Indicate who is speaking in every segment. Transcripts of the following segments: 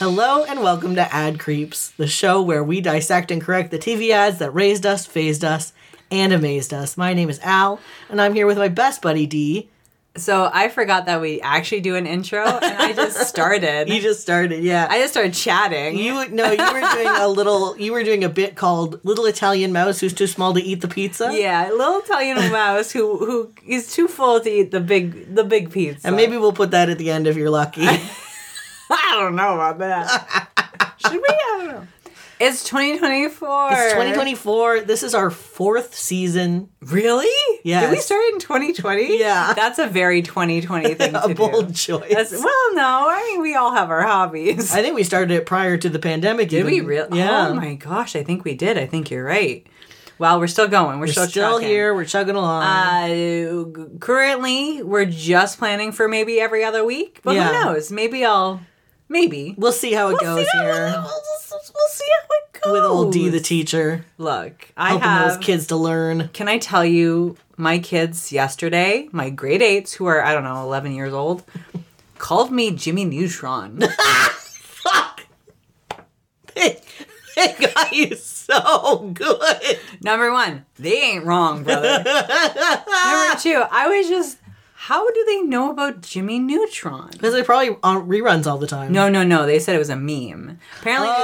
Speaker 1: Hello and welcome to Ad Creeps, the show where we dissect and correct the TV ads that raised us, phased us, and amazed us. My name is Al, and I'm here with my best buddy D.
Speaker 2: So I forgot that we actually do an intro, and I just started.
Speaker 1: You just started, yeah.
Speaker 2: I just started chatting.
Speaker 1: you no, you were doing a little. You were doing a bit called "Little Italian Mouse Who's Too Small to Eat the Pizza."
Speaker 2: yeah, little Italian mouse who who is too full to eat the big the big pizza.
Speaker 1: and maybe we'll put that at the end if you're lucky.
Speaker 2: I don't know about that. Should we? I don't know. It's 2024.
Speaker 1: It's 2024. This is our fourth season.
Speaker 2: Really? Did we
Speaker 1: Yes.
Speaker 2: start in 2020?
Speaker 1: Yeah.
Speaker 2: That's a very 2020 thing
Speaker 1: A
Speaker 2: to
Speaker 1: bold
Speaker 2: do.
Speaker 1: choice.
Speaker 2: That's, well, no, I mean we all have our hobbies.
Speaker 1: I think we started it prior to the pandemic.
Speaker 2: Did we really?
Speaker 1: Yeah.
Speaker 2: Oh my gosh, I think we did. I think you're right. Wow, we're still going. We're,
Speaker 1: We're
Speaker 2: still,
Speaker 1: still
Speaker 2: trucking.
Speaker 1: here. We're chugging along.
Speaker 2: Uh, g- currently, we're just planning for maybe every other week, but
Speaker 1: Yeah.
Speaker 2: who knows? Maybe I'll maybe
Speaker 1: we'll see how it
Speaker 2: We'll
Speaker 1: goes
Speaker 2: see how-
Speaker 1: here
Speaker 2: We'll, we'll- we'll see how it goes
Speaker 1: with old D the teacher,
Speaker 2: Look, I
Speaker 1: helping
Speaker 2: have.
Speaker 1: those kids to learn.
Speaker 2: Can I tell you, my kids yesterday, my grade eights, who are I don't know, eleven years old, called me Jimmy Neutron.
Speaker 1: Fuck. They, they got you so good.
Speaker 2: Number one, they ain't wrong, brother. Number two, I was just, how do they know about Jimmy Neutron?
Speaker 1: Because they probably on reruns all the time.
Speaker 2: No, no, no. They said it was a meme. Apparently,
Speaker 1: Oh,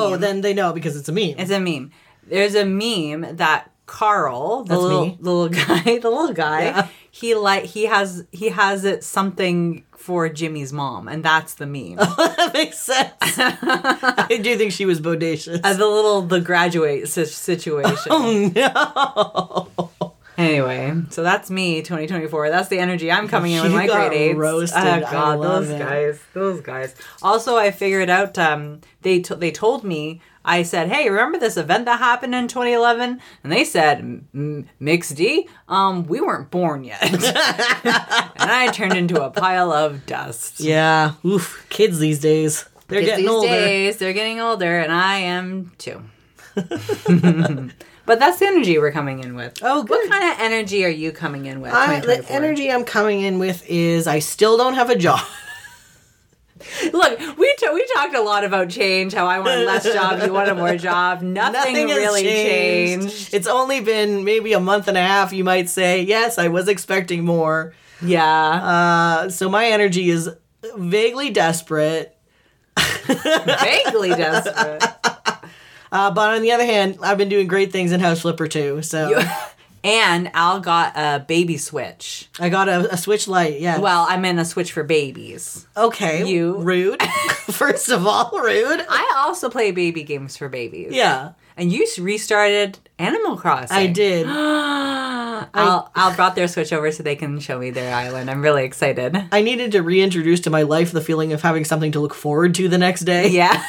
Speaker 2: there's a meme.
Speaker 1: then they know because it's a meme.
Speaker 2: it's a meme. There's a meme that Carl, the
Speaker 1: That's
Speaker 2: little,
Speaker 1: me.
Speaker 2: the little guy, the little guy,
Speaker 1: Yeah.
Speaker 2: he like he has he has it something for Jimmy's mom, and that's the meme. Uh,
Speaker 1: that makes sense. I do think she was bodacious.
Speaker 2: Uh, the little the graduate si- situation.
Speaker 1: oh no!
Speaker 2: Anyway, so that's me, 2024. That's the energy I'm coming in with
Speaker 1: You
Speaker 2: my
Speaker 1: got
Speaker 2: grade eights.
Speaker 1: roasted.
Speaker 2: Oh,
Speaker 1: I
Speaker 2: God,
Speaker 1: love
Speaker 2: those
Speaker 1: it.
Speaker 2: guys, those guys. Also, I figured out. Um, they t- they told me. I said, "Hey, remember this event that happened in 2011?" And they said, "M- m- "Mix D, um, we weren't born yet." and I turned into a pile of dust.
Speaker 1: Yeah. Oof. Kids these days. They're
Speaker 2: Kids
Speaker 1: getting
Speaker 2: these
Speaker 1: older.
Speaker 2: days, they're getting older, and I am too. but that's the energy we're coming in with.
Speaker 1: Oh,
Speaker 2: What
Speaker 1: good.
Speaker 2: kind of energy are you coming in with?
Speaker 1: I, the
Speaker 2: 2024?
Speaker 1: energy I'm coming in with is I still don't have a job.
Speaker 2: Look, we t- we talked a lot about change. How I want less job, you want a more job. Nothing,
Speaker 1: Nothing has
Speaker 2: really
Speaker 1: changed.
Speaker 2: changed.
Speaker 1: It's only been maybe a month and a half, you might say. Yes, I was expecting more.
Speaker 2: Yeah,
Speaker 1: Uh, so my energy is vaguely desperate.
Speaker 2: vaguely desperate.
Speaker 1: Uh, but on the other hand, I've been doing great things in House Flipper too. So
Speaker 2: And Al got a baby switch.
Speaker 1: I got a, a Switch Lite. Yeah.
Speaker 2: Well, I meant a switch for babies.
Speaker 1: okay.
Speaker 2: you-
Speaker 1: rude. First of all, rude.
Speaker 2: I also play baby games for babies.
Speaker 1: Yeah,
Speaker 2: and you s- restarted Animal Crossing.
Speaker 1: I did.
Speaker 2: I'll I'll brought their switch over so they can show me their island. I'm really excited.
Speaker 1: I needed to reintroduce to my life the feeling of having something to look forward to the next day.
Speaker 2: Yeah.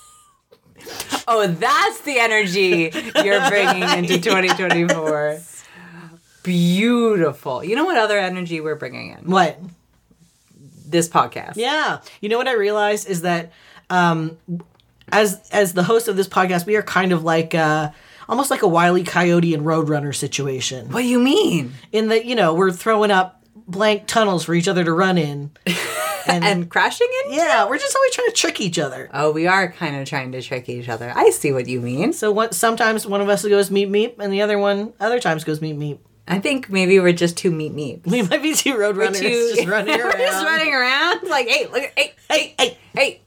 Speaker 2: oh, that's the energy you're bringing into 2024. Beautiful. You know what other energy we're bringing in?
Speaker 1: What?
Speaker 2: This podcast.
Speaker 1: Yeah. You know what I realized is that um as as the host of this podcast, we are kind of like uh almost like a wily coyote and roadrunner situation.
Speaker 2: What do you mean?
Speaker 1: In that, you know, we're throwing up blank tunnels for each other to run in. And,
Speaker 2: And crashing in?
Speaker 1: yeah, we're just always trying to trick each other.
Speaker 2: Oh, we are kind of trying to trick each other. I see what you mean.
Speaker 1: So what, sometimes one of us goes meep meep and the other one other times goes meep meep.
Speaker 2: I think maybe we're just too meat meat.
Speaker 1: We might be two roadrunners just running
Speaker 2: we're
Speaker 1: around.
Speaker 2: just running around. Like, hey, look, at- hey,
Speaker 1: Hey, hey.
Speaker 2: hey.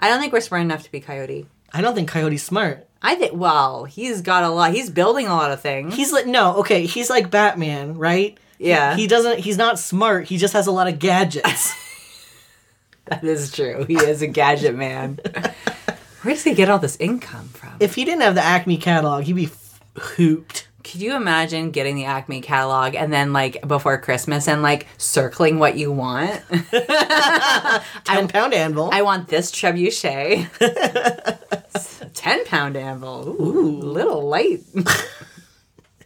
Speaker 2: I don't think we're smart enough to be coyote.
Speaker 1: I don't think Coyote's smart.
Speaker 2: I think. Well, he's got a lot. He's building a lot of things.
Speaker 1: He's like no, okay, he's like Batman, right?
Speaker 2: Yeah.
Speaker 1: He doesn't he's not smart, he just has a lot of gadgets.
Speaker 2: That is true. He is a gadget man. Where does he get all this income from?
Speaker 1: if he didn't have the Acme catalog, he'd be f- hooped.
Speaker 2: Could you imagine getting the Acme catalog and then like before Christmas and like circling what you want?
Speaker 1: Ten pound anvil.
Speaker 2: I want this trebuchet. Ten pound anvil. Ooh, little light.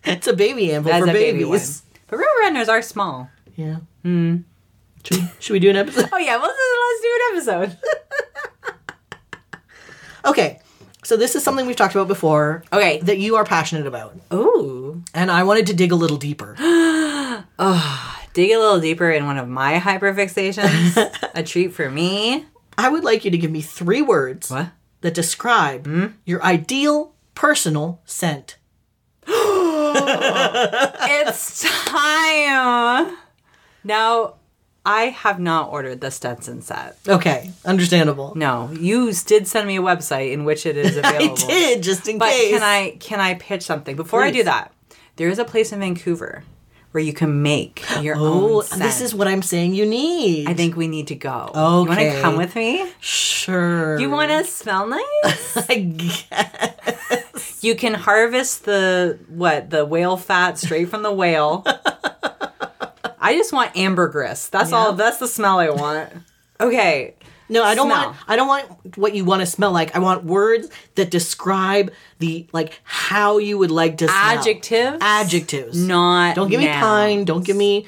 Speaker 1: it's a baby anvil
Speaker 2: That's
Speaker 1: for
Speaker 2: a baby one.
Speaker 1: babies.
Speaker 2: But roadrunners are small.
Speaker 1: yeah. Hmm. Should, we- should we do an episode?
Speaker 2: Oh yeah, well let's do an episode.
Speaker 1: Okay. So this is something we've talked about before uh,
Speaker 2: Okay.
Speaker 1: that you are passionate about,
Speaker 2: Ooh.
Speaker 1: and I wanted to dig a little deeper.
Speaker 2: dig a little deeper in one of my hyperfixations. a treat for me.
Speaker 1: I would like you to give me three words
Speaker 2: What? Hmm?
Speaker 1: that describe your ideal personal scent.
Speaker 2: it's time. Now, I have not ordered the Stetson set.
Speaker 1: Okay, understandable.
Speaker 2: No, you did send me a website in which it is
Speaker 1: I
Speaker 2: available.
Speaker 1: did just in
Speaker 2: But
Speaker 1: case.
Speaker 2: can I can I pitch something before I do
Speaker 1: Please.
Speaker 2: that? There is a place in Vancouver where you can make your
Speaker 1: Oh,
Speaker 2: own. Scent.
Speaker 1: this is what I'm saying. You need.
Speaker 2: I think we need to go. you want
Speaker 1: Okay.
Speaker 2: to come with me?
Speaker 1: Sure.
Speaker 2: You want to smell nice?
Speaker 1: I guess.
Speaker 2: you can harvest the what the whale fat straight from the whale. I just want ambergris. That's all. That's the smell I want. Okay.
Speaker 1: No, I don't
Speaker 2: Smell.
Speaker 1: want. I don't want what you want to smell like. I want words that describe the like how you would like to smell.
Speaker 2: Adjectives?
Speaker 1: Adjectives.
Speaker 2: Not.
Speaker 1: Don't give me
Speaker 2: now.
Speaker 1: pine. Don't give me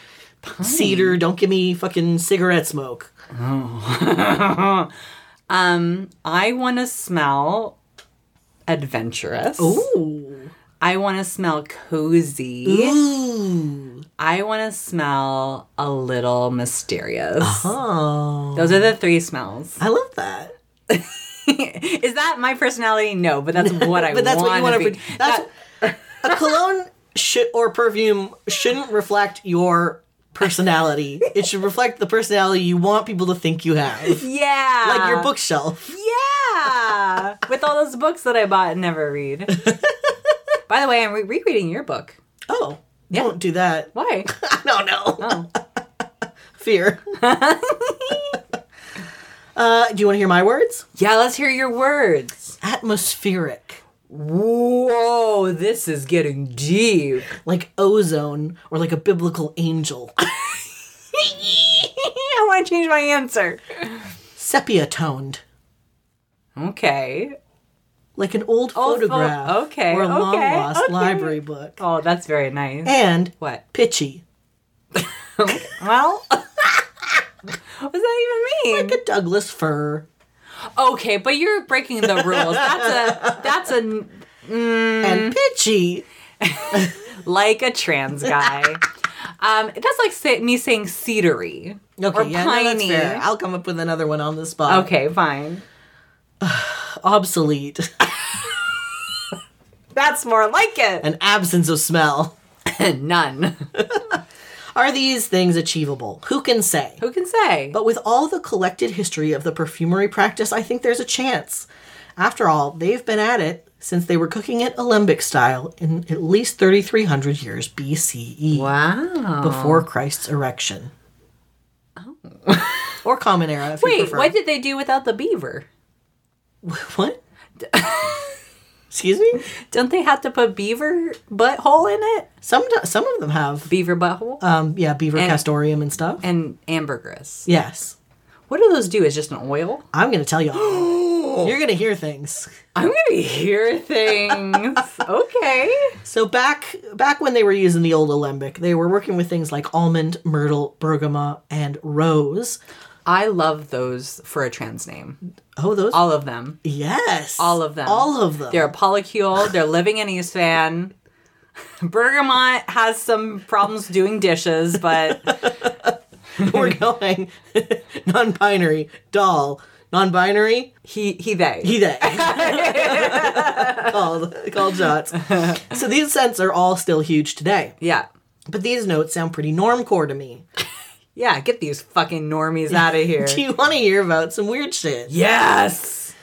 Speaker 1: cedar. Don't give me fucking cigarette smoke.
Speaker 2: Um, I want to smell adventurous.
Speaker 1: Ooh.
Speaker 2: I want to smell cozy.
Speaker 1: Ooh.
Speaker 2: I want to smell a little mysterious.
Speaker 1: Oh.
Speaker 2: Those are the three smells.
Speaker 1: I love that.
Speaker 2: Is that my personality? No, but that's what I
Speaker 1: But that's what you
Speaker 2: want
Speaker 1: want to.
Speaker 2: to be.
Speaker 1: Pre- that's a cologne should or perfume shouldn't reflect your personality. it should reflect the personality you want people to think you have,
Speaker 2: yeah.
Speaker 1: like your bookshelf.
Speaker 2: Yeah. With all those books that I bought and never read. By the way, I'm re- rereading your book.
Speaker 1: Oh, don't do that.
Speaker 2: Why?
Speaker 1: I don't know.
Speaker 2: Oh.
Speaker 1: Fear. uh, do you want to hear my words?
Speaker 2: Yeah, let's hear your words.
Speaker 1: Atmospheric,
Speaker 2: Whoa, this is getting deep.
Speaker 1: like ozone or like a biblical angel.
Speaker 2: I want to change my answer.
Speaker 1: Sepia toned,
Speaker 2: Okay.
Speaker 1: like an old
Speaker 2: Old pho-
Speaker 1: photograph
Speaker 2: Oh, okay,
Speaker 1: or a
Speaker 2: okay,
Speaker 1: long lost
Speaker 2: okay.
Speaker 1: library book.
Speaker 2: Oh, that's very nice.
Speaker 1: And
Speaker 2: What?
Speaker 1: pitchy,
Speaker 2: Well, what does that even mean?
Speaker 1: like a Douglas fir,
Speaker 2: okay, but you're breaking the rules. That's a that's a Mm.
Speaker 1: and pitchy.
Speaker 2: like a trans guy. um, that's like say, me saying cedary
Speaker 1: Okay,
Speaker 2: or
Speaker 1: yeah, no, that's
Speaker 2: piney.
Speaker 1: fair. I'll come up with another one on the spot.
Speaker 2: okay, fine.
Speaker 1: Obsolete,
Speaker 2: That's more like it.
Speaker 1: an absence of smell.
Speaker 2: None.
Speaker 1: Are these things achievable? Who can say?
Speaker 2: Who can say?
Speaker 1: But with all the collected history of the perfumery practice, I think there's a chance. After all, they've been at it since they were cooking it alembic style in at least 3,300 years BCE,
Speaker 2: wow.
Speaker 1: before Christ's erection. or Common Era, if you
Speaker 2: Wait,
Speaker 1: prefer.
Speaker 2: what did they do without the beaver?
Speaker 1: What? Excuse me?
Speaker 2: Don't they have to put beaver butthole in it?
Speaker 1: Some some of them have,
Speaker 2: Beaver butthole
Speaker 1: um, yeah, beaver castorium and stuff.
Speaker 2: and ambergris.
Speaker 1: yes.
Speaker 2: What do those do? Is just an oil?
Speaker 1: I'm going to tell you all. You're going to hear things.
Speaker 2: I'm gonna hear things. okay.
Speaker 1: So back back when they were using the old alembic, they were working with things like almond, myrtle, bergamot, and rose.
Speaker 2: I love those for a trans name.
Speaker 1: Oh, those
Speaker 2: All of them.
Speaker 1: yes,
Speaker 2: All of them.
Speaker 1: all of them.
Speaker 2: They're a polycule. They're living in East Van. Bergamot has some problems doing dishes, but
Speaker 1: we're going non-binary, doll, non-binary,
Speaker 2: he he they.
Speaker 1: he they. called called shots. So these scents are all still huge today,
Speaker 2: yeah.
Speaker 1: but these notes sound pretty normcore to me.
Speaker 2: Yeah, get these fucking normies out of here.
Speaker 1: Do you want to hear about some weird shit?
Speaker 2: yes.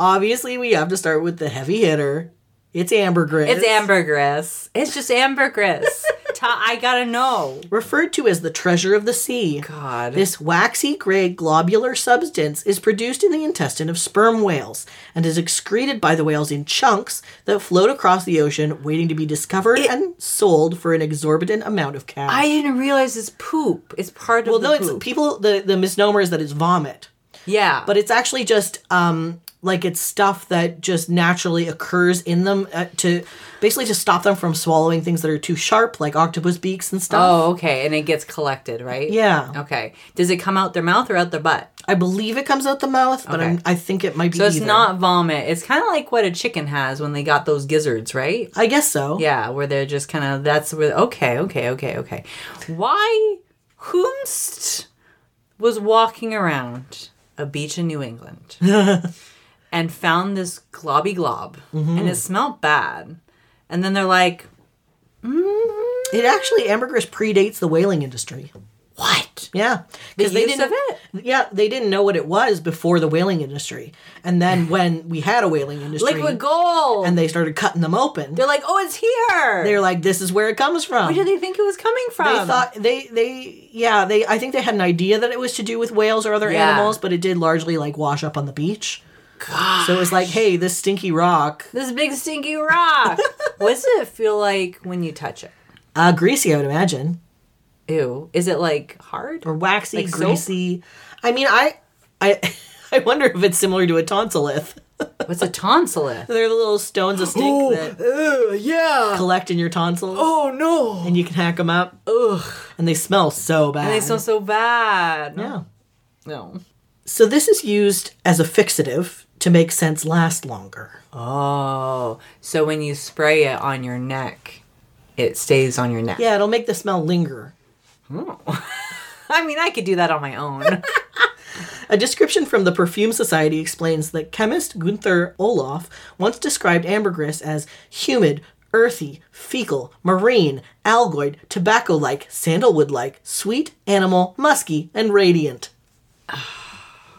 Speaker 1: Obviously, we have to start with the heavy hitter. It's ambergris.
Speaker 2: It's ambergris. It's just ambergris. Ta- I gotta know.
Speaker 1: referred to as the treasure of the sea.
Speaker 2: God.
Speaker 1: This waxy gray globular substance is produced in the intestine of sperm whales and is excreted by the whales in chunks that float across the ocean, waiting to be discovered and sold for an exorbitant amount of cash.
Speaker 2: I didn't realize it's poop. It's part of
Speaker 1: well,
Speaker 2: the
Speaker 1: no, it's
Speaker 2: poop.
Speaker 1: people. The the misnomer is that it's vomit,
Speaker 2: yeah.
Speaker 1: but it's actually just um like it's stuff that just naturally occurs in them uh, to basically to stop them from swallowing things that are too sharp, like octopus beaks and stuff.
Speaker 2: Oh, okay. And it gets collected, right?
Speaker 1: Yeah.
Speaker 2: Okay. Does it come out their mouth or out their butt?
Speaker 1: I believe it comes out the mouth, but
Speaker 2: Okay.
Speaker 1: I'm, I think it might be.
Speaker 2: So it's
Speaker 1: either.
Speaker 2: not vomit. It's kind of like what a chicken has when they got those gizzards, right?
Speaker 1: I guess so.
Speaker 2: Yeah, where they're just kind of that's where okay, okay, okay, okay. Why whomst was walking around a beach in New England and found this globby glob
Speaker 1: Mm-hmm.
Speaker 2: and it smelled bad. And then they're like,
Speaker 1: It actually ambergris predates the whaling industry.
Speaker 2: what?
Speaker 1: Yeah,
Speaker 2: The
Speaker 1: because they
Speaker 2: use
Speaker 1: didn't.
Speaker 2: of it?
Speaker 1: Yeah, they didn't know what it was before the whaling industry, and then when we had a whaling industry,
Speaker 2: Liquid gold.
Speaker 1: and
Speaker 2: And
Speaker 1: they started cutting them open,
Speaker 2: they're like, oh, it's here.
Speaker 1: they're like, "This is where it comes from."
Speaker 2: Where did they think it was coming from?
Speaker 1: They thought they they yeah they I think they had an idea that it was to do with whales or other
Speaker 2: Yeah.
Speaker 1: animals, but it did largely like wash up on the beach. So it was like, hey, this stinky rock,
Speaker 2: this big stinky rock. what does it feel like when you touch it?
Speaker 1: uh, greasy, I would imagine,
Speaker 2: Ew. Is it like hard?
Speaker 1: or waxy,
Speaker 2: Like soap?
Speaker 1: greasy. I mean, I I I wonder if it's similar to a tonsillith.
Speaker 2: What's a tonsilith?
Speaker 1: They're the little stones of stink that
Speaker 2: yeah.
Speaker 1: collect in your tonsils,
Speaker 2: Oh no.
Speaker 1: and you can hack them up. Ugh, and they smell so bad.
Speaker 2: And they smell so bad.
Speaker 1: yeah.
Speaker 2: No.
Speaker 1: So this is used as a fixative to make scents last longer.
Speaker 2: Oh. So when you spray it on your neck, it stays on your neck.
Speaker 1: Yeah, it'll make the smell linger.
Speaker 2: I mean, I could do that on my own.
Speaker 1: A description from the Perfume Society explains that chemist Gunther Olaf once described ambergris as humid, earthy, fecal, marine, algoid, tobacco like, sandalwood like, sweet, animal, musky, and radiant.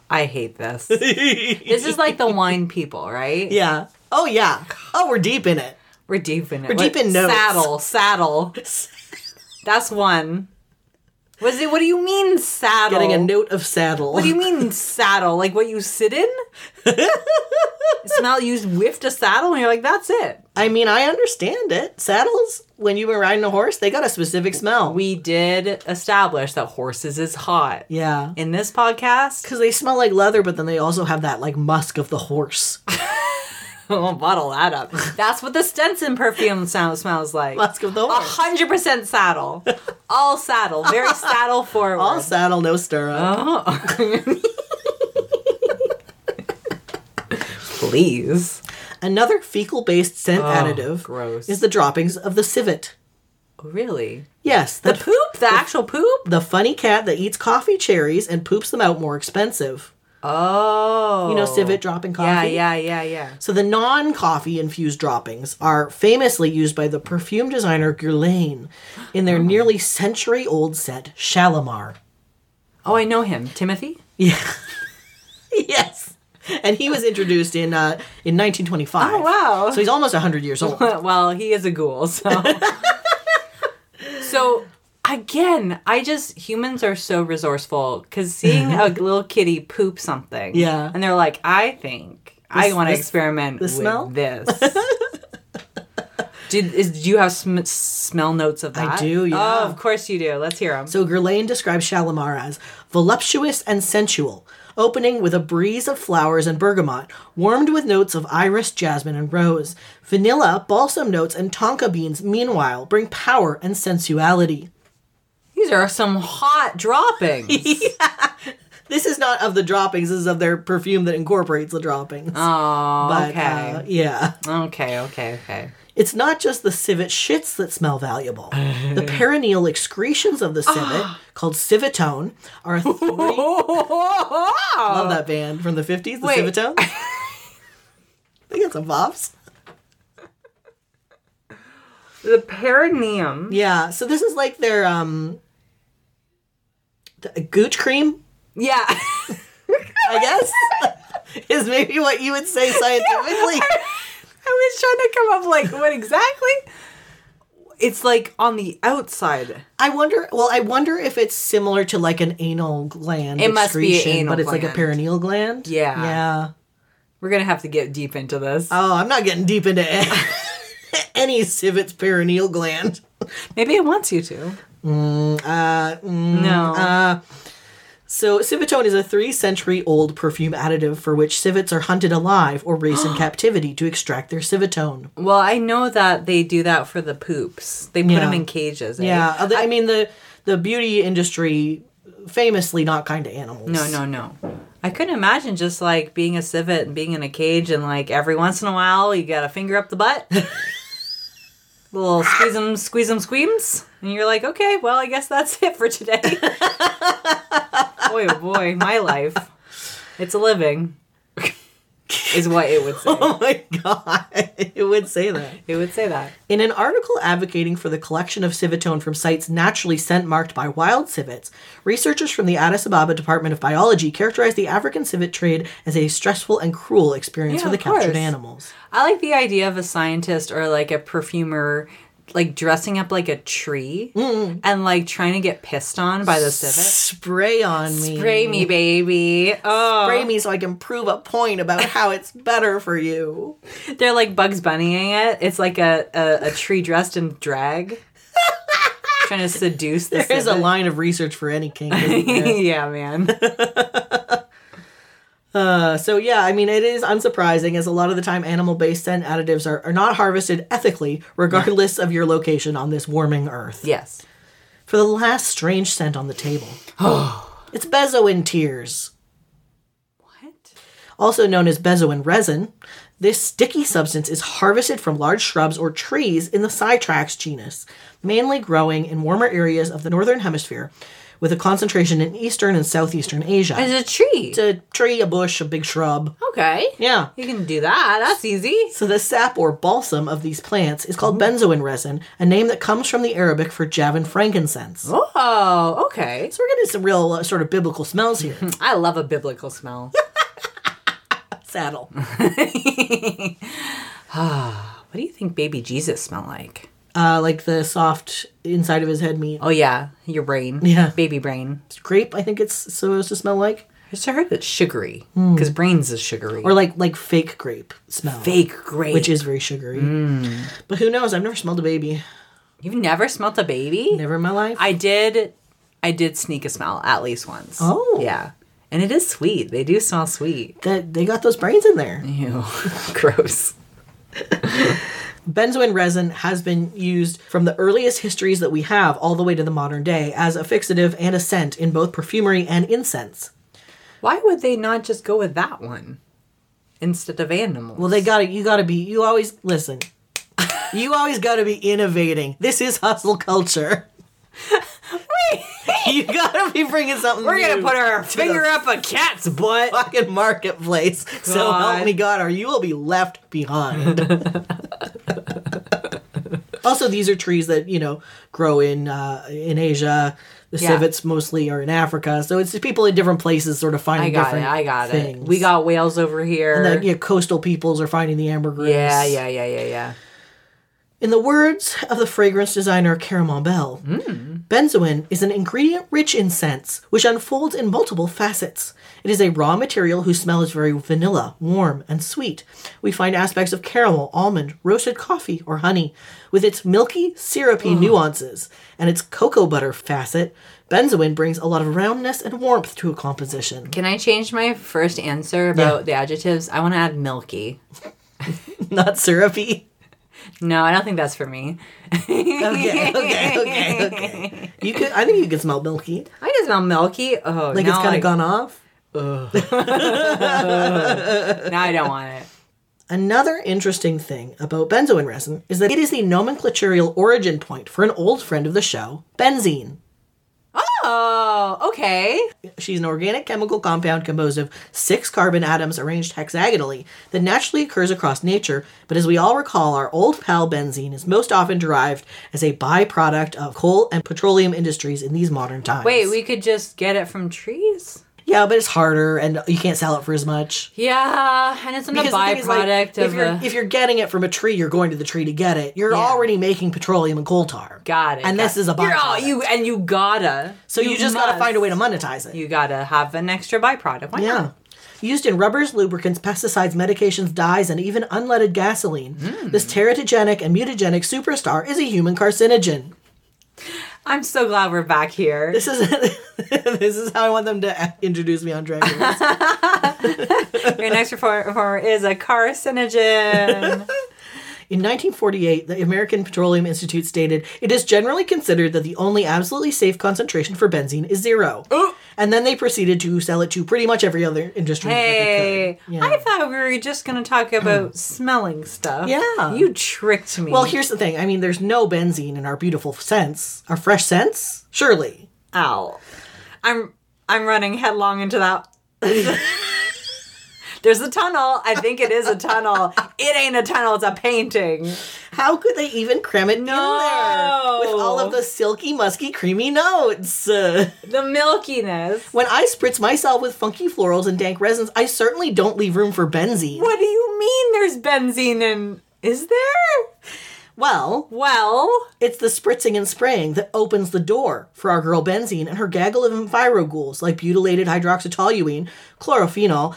Speaker 2: I hate this. this is like the wine people, right?
Speaker 1: Yeah. Oh, yeah. Oh, we're deep in it.
Speaker 2: We're deep in it. We're
Speaker 1: deep in notes.
Speaker 2: Saddle, saddle. That's one. What is it? What do you mean saddle?
Speaker 1: Getting a note of saddle.
Speaker 2: What do you mean saddle? Like what you sit in? Smell you whiffed a saddle and you're like, that's it.
Speaker 1: I mean, I understand it. Saddles, when you've been riding a horse, they got a specific smell.
Speaker 2: We did establish that horses is hot.
Speaker 1: yeah.
Speaker 2: In this podcast,
Speaker 1: Because they smell like leather, but then they also have that like musk of the horse.
Speaker 2: we'll bottle that up. That's what the Stenson perfume sound smells like.
Speaker 1: musk of the
Speaker 2: A
Speaker 1: horse.
Speaker 2: hundred percent saddle. All saddle. Very saddle forward.
Speaker 1: All saddle, no stirrup.
Speaker 2: Oh. Please.
Speaker 1: Another fecal based scent additive
Speaker 2: Oh, gross.
Speaker 1: is the droppings of the civet.
Speaker 2: Really?
Speaker 1: Yes,
Speaker 2: The
Speaker 1: the,
Speaker 2: poop? The actual poop?
Speaker 1: the funny cat that eats coffee cherries and poops them out more expensive.
Speaker 2: Oh.
Speaker 1: You know, civet dropping
Speaker 2: Yeah,
Speaker 1: coffee?
Speaker 2: yeah, yeah, yeah.
Speaker 1: So the non coffee infused droppings are famously used by the perfume designer Guerlain in
Speaker 2: Hmm.
Speaker 1: their nearly century old scent, Shalimar.
Speaker 2: Oh, I know him. Timothy?
Speaker 1: Yeah. yes. And he was introduced in uh, in 1925.
Speaker 2: Oh, wow.
Speaker 1: So he's almost 100 years old.
Speaker 2: well, he is a ghoul, so. so, again, I just, humans are so resourceful because seeing a little kitty poop something.
Speaker 1: Yeah.
Speaker 2: And they're like, I think I want to
Speaker 1: this-
Speaker 2: experiment with
Speaker 1: smell?
Speaker 2: this. Did, is, do you have sm- smell notes of that?
Speaker 1: do, yeah.
Speaker 2: Oh, of course you do. Let's hear them.
Speaker 1: So Guerlain describes Shalimar as voluptuous and sensual, opening with a breeze of flowers and bergamot, warmed with notes of iris, jasmine, and rose. Vanilla, balsam notes, and tonka beans, meanwhile, bring power and sensuality.
Speaker 2: These are some hot droppings.
Speaker 1: This is not of the droppings, this is of their perfume that incorporates the droppings.
Speaker 2: oh,
Speaker 1: But,
Speaker 2: okay.
Speaker 1: uh, yeah.
Speaker 2: okay, okay, okay.
Speaker 1: It's not just the civet shits that smell valuable. the perineal excretions of the civet,
Speaker 2: Ah.
Speaker 1: called civetone, are a three- Love that band from the 50s, the
Speaker 2: Uh, Wait.
Speaker 1: Civetone. I think it's a Vops.
Speaker 2: The perineum.
Speaker 1: Yeah, so this is like their um the gooch cream,
Speaker 2: Yeah.
Speaker 1: I guess. is maybe what you would say scientifically.
Speaker 2: I was trying to come up like what exactly? It's like on the outside.
Speaker 1: I wonder well, I wonder if it's similar to like an anal gland
Speaker 2: It must be
Speaker 1: excretion,
Speaker 2: anal
Speaker 1: but it's like a
Speaker 2: gland.
Speaker 1: perineal gland.
Speaker 2: Yeah.
Speaker 1: Yeah.
Speaker 2: We're gonna have to get deep into this.
Speaker 1: Oh, I'm not getting deep into any civet's perineal gland.
Speaker 2: Maybe it wants you to.
Speaker 1: Uh
Speaker 2: No.
Speaker 1: So, civetone is a three century old perfume additive for which civets are hunted alive or raised in captivity to extract their civetone.
Speaker 2: well, I know that they do that for the poops. They put
Speaker 1: Yeah.
Speaker 2: them in cages. eh?
Speaker 1: Yeah, other- I mean, the, the beauty industry famously not kind to animals.
Speaker 2: No, no, no. I couldn't imagine just like being a civet and being in a cage and like every once in a while you got a finger up the butt. Little squeeze them, squeeze them, squeams, and you're like, okay, well, I guess that's it for today. boy, oh boy, my life. It's a living, is what it would say.
Speaker 1: Oh my god, it would say that.
Speaker 2: It would say that.
Speaker 1: In an article advocating for the collection of civetone from sites naturally scent marked by wild civets, researchers from the Addis Ababa Department of Biology characterized the African civet trade as a stressful and cruel experience
Speaker 2: Yeah,
Speaker 1: for the
Speaker 2: of course.
Speaker 1: captured animals.
Speaker 2: I like the idea of a scientist or like a perfumer like dressing up like a tree and like trying to get pissed on by the civet.
Speaker 1: Spray on me.
Speaker 2: Spray me, baby. Oh,
Speaker 1: Spray me so I can prove a point about how it's better for you.
Speaker 2: they're like Bugs Bunnying it. It's like a a, a tree dressed in drag, trying to seduce the
Speaker 1: There's a
Speaker 2: civet.
Speaker 1: line of research for any kink. isn't there?
Speaker 2: yeah, man.
Speaker 1: Uh, so yeah, I mean, it is unsurprising as a lot of the time animal-based scent additives are, are not harvested ethically, regardless of your location on this warming earth.
Speaker 2: yes.
Speaker 1: For the last strange scent on the table. it's bezoin tears,
Speaker 2: What?
Speaker 1: also known as bezoin resin. This sticky substance is harvested from large shrubs or trees in the Cytrax genus, mainly growing in warmer areas of the northern hemisphere, with a concentration in eastern and southeastern Asia.
Speaker 2: It's a tree.
Speaker 1: It's a tree, a bush, a big shrub.
Speaker 2: okay.
Speaker 1: Yeah.
Speaker 2: You can do that. That's easy.
Speaker 1: So the sap or balsam of these plants is called benzoin resin, a name that comes from the Arabic for Javan frankincense. So
Speaker 2: Oh, okay.
Speaker 1: we're getting some real uh, sort of biblical smells here.
Speaker 2: I love a biblical smell.
Speaker 1: Saddle.
Speaker 2: What do you think baby Jesus smell like?
Speaker 1: Uh, like the soft inside of his head meat.
Speaker 2: Oh yeah, your brain.
Speaker 1: Yeah.
Speaker 2: Baby brain.
Speaker 1: Grape, I think it's supposed to smell like.
Speaker 2: I just heard it's sugary. Because brains is sugary.
Speaker 1: Or like like fake grape smell.
Speaker 2: fake Mm. grape.
Speaker 1: Which is very sugary. But who knows? I've never smelled a baby.
Speaker 2: You've never smelt a baby?
Speaker 1: Never in my life.
Speaker 2: I did I did sneak a smell at least once.
Speaker 1: Oh.
Speaker 2: Yeah. And it is sweet. They do smell sweet.
Speaker 1: that they got those brains in there.
Speaker 2: Ew. Gross.
Speaker 1: Benzoin resin has been used from the earliest histories that we have all the way to the modern day as a fixative and a scent in both perfumery and incense.
Speaker 2: Why would they not just go with that one? Instead of animals.
Speaker 1: Well, they got to you got to be you always listen. You always got to be innovating. This is hustle culture. you got to be bringing something
Speaker 2: We're gonna
Speaker 1: new
Speaker 2: put our
Speaker 1: to
Speaker 2: finger
Speaker 1: the
Speaker 2: up a cat's butt.
Speaker 1: fucking marketplace. So
Speaker 2: God.
Speaker 1: help me God, or you will be left behind. also, these are trees that you know grow in uh, in Asia. The
Speaker 2: Yeah.
Speaker 1: civets mostly are in Africa, so it's just people in different places sort of
Speaker 2: I
Speaker 1: finding
Speaker 2: got it.
Speaker 1: different.
Speaker 2: I got
Speaker 1: things.
Speaker 2: it. We got whales over here.
Speaker 1: And then, yeah, coastal peoples are finding the ambergris.
Speaker 2: yeah, yeah, yeah, yeah, yeah.
Speaker 1: In the words of the fragrance designer Caramel Bell, benzoin is an ingredient rich in scents, which unfolds in multiple facets. It is a raw material whose smell is very vanilla, warm, and sweet. We find aspects of caramel, almond, roasted coffee, or honey. With its milky, syrupy nuances and its cocoa butter facet, benzoin brings a lot of roundness and warmth to a composition.
Speaker 2: Can I change my first answer about the adjectives? I want to add milky.
Speaker 1: Not syrupy.
Speaker 2: No, I don't think that's for me.
Speaker 1: Okay, okay, okay, okay. You could, I think you could smell milky.
Speaker 2: I can smell milky. Oh,
Speaker 1: Like
Speaker 2: now,
Speaker 1: it's kind of
Speaker 2: like,
Speaker 1: gone off.
Speaker 2: now I don't want it.
Speaker 1: Another interesting thing about benzoin resin is that it is the nomenclaturial origin point for an old friend of the show, benzene.
Speaker 2: Oh, okay.
Speaker 1: She's an organic chemical compound composed of six carbon atoms arranged hexagonally that naturally occurs across nature, but as we all recall, our old pal benzene is most often derived as a byproduct of coal and petroleum industries in these modern times.
Speaker 2: Wait, we could just get it from trees?
Speaker 1: Yeah, but it's harder and you can't sell it for as much.
Speaker 2: Yeah, and it's not a
Speaker 1: Because the thing is, like,
Speaker 2: byproduct of
Speaker 1: if you're,
Speaker 2: a.
Speaker 1: if you're getting it from a tree, you're going to the tree to get it. You're already making petroleum and coal tar.
Speaker 2: Got it.
Speaker 1: And
Speaker 2: got
Speaker 1: this
Speaker 2: it.
Speaker 1: is a
Speaker 2: You're all-
Speaker 1: byproduct.
Speaker 2: you and you gotta.
Speaker 1: So you, just got to
Speaker 2: must.
Speaker 1: find a way to monetize it.
Speaker 2: You gotta have an extra byproduct. Why
Speaker 1: yeah.
Speaker 2: not?
Speaker 1: Used in rubbers, lubricants, pesticides, medications, dyes, and even unleaded gasoline, this teratogenic and mutagenic superstar is a human carcinogen.
Speaker 2: I'm so glad we're back here.
Speaker 1: This is this is how I want them to introduce me on Dragon. Race.
Speaker 2: Your next performer is a carcinogen.
Speaker 1: In 1948, the American Petroleum Institute stated it is generally considered that the only absolutely safe concentration for benzene is zero. And then they proceeded to sell it to pretty much every other industry. that they
Speaker 2: hey,
Speaker 1: could. Yeah.
Speaker 2: I thought we were just gonna talk about smelling stuff.
Speaker 1: Yeah.
Speaker 2: you tricked me.
Speaker 1: Well, here's the thing. I mean, there's no benzene in our beautiful scents, our fresh scents. Surely.
Speaker 2: ow, I'm I'm running headlong into that There's a tunnel. I think it is a tunnel. It ain't a tunnel. It's a painting.
Speaker 1: How could they even cram it
Speaker 2: No.
Speaker 1: in there with all of the silky, musky, creamy notes? Uh,
Speaker 2: The milkiness.
Speaker 1: when I spritz myself with funky florals and dank resins, I certainly don't leave room for benzene.
Speaker 2: What do you mean? There's benzene in? Is there?
Speaker 1: Well,
Speaker 2: Well,
Speaker 1: it's the spritzing and spraying that opens the door for our girl benzene and her gaggle of enviroghouls like butylated hydroxytoluene, chlorophenol,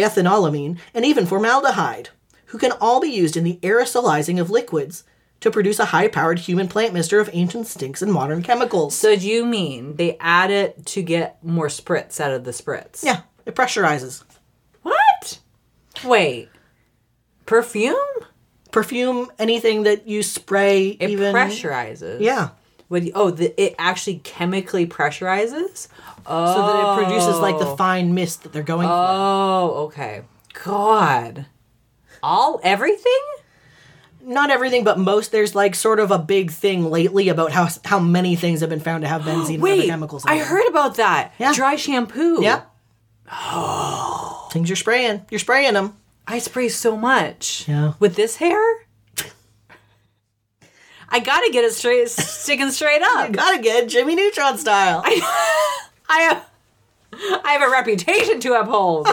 Speaker 1: diethanolamine, and even formaldehyde, who can all be used in the aerosolizing of liquids to produce a high-powered human plant mister of ancient stinks and modern chemicals.
Speaker 2: so do you mean they add it to get more spritz out of the spritz?
Speaker 1: Yeah, it pressurizes.
Speaker 2: What? Wait. Perfume?
Speaker 1: Perfume, anything that you spray,
Speaker 2: It
Speaker 1: even
Speaker 2: pressurizes.
Speaker 1: Yeah,
Speaker 2: What do you- oh, the, it actually chemically pressurizes? Oh.
Speaker 1: so that it produces like the fine mist that they're going
Speaker 2: Oh, okay. God. All everything?
Speaker 1: for. Not everything, but most. There's like sort of a big thing lately about how how many things have been found to have benzene and other
Speaker 2: Wait,
Speaker 1: chemicals. in
Speaker 2: I
Speaker 1: them.
Speaker 2: heard about that.
Speaker 1: Yeah.
Speaker 2: Dry shampoo.
Speaker 1: Yeah. Things you're spraying, you're spraying them.
Speaker 2: I spray so much.
Speaker 1: Yeah.
Speaker 2: With this hair? I gotta get it straight, sticking straight up.
Speaker 1: Gotta get Jimmy Neutron style.
Speaker 2: I have, I have a reputation to uphold.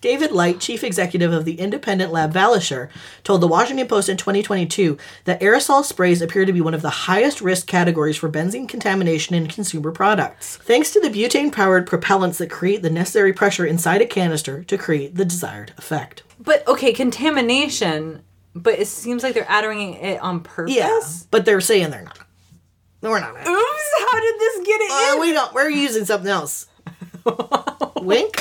Speaker 1: David Light, chief executive of the independent lab Valisher, told the Washington Post in 2022 that aerosol sprays appear to be one of the highest risk categories for benzene contamination in consumer products, thanks to the butane powered propellants that create the necessary pressure inside a canister to create the desired effect.
Speaker 2: But okay, contamination. But it seems like they're adding it on purpose.
Speaker 1: Yes, but they're saying they're not. No, we're not.
Speaker 2: Oops! How did this get it
Speaker 1: Uh,
Speaker 2: in?
Speaker 1: we don't. We're using something else. Wink.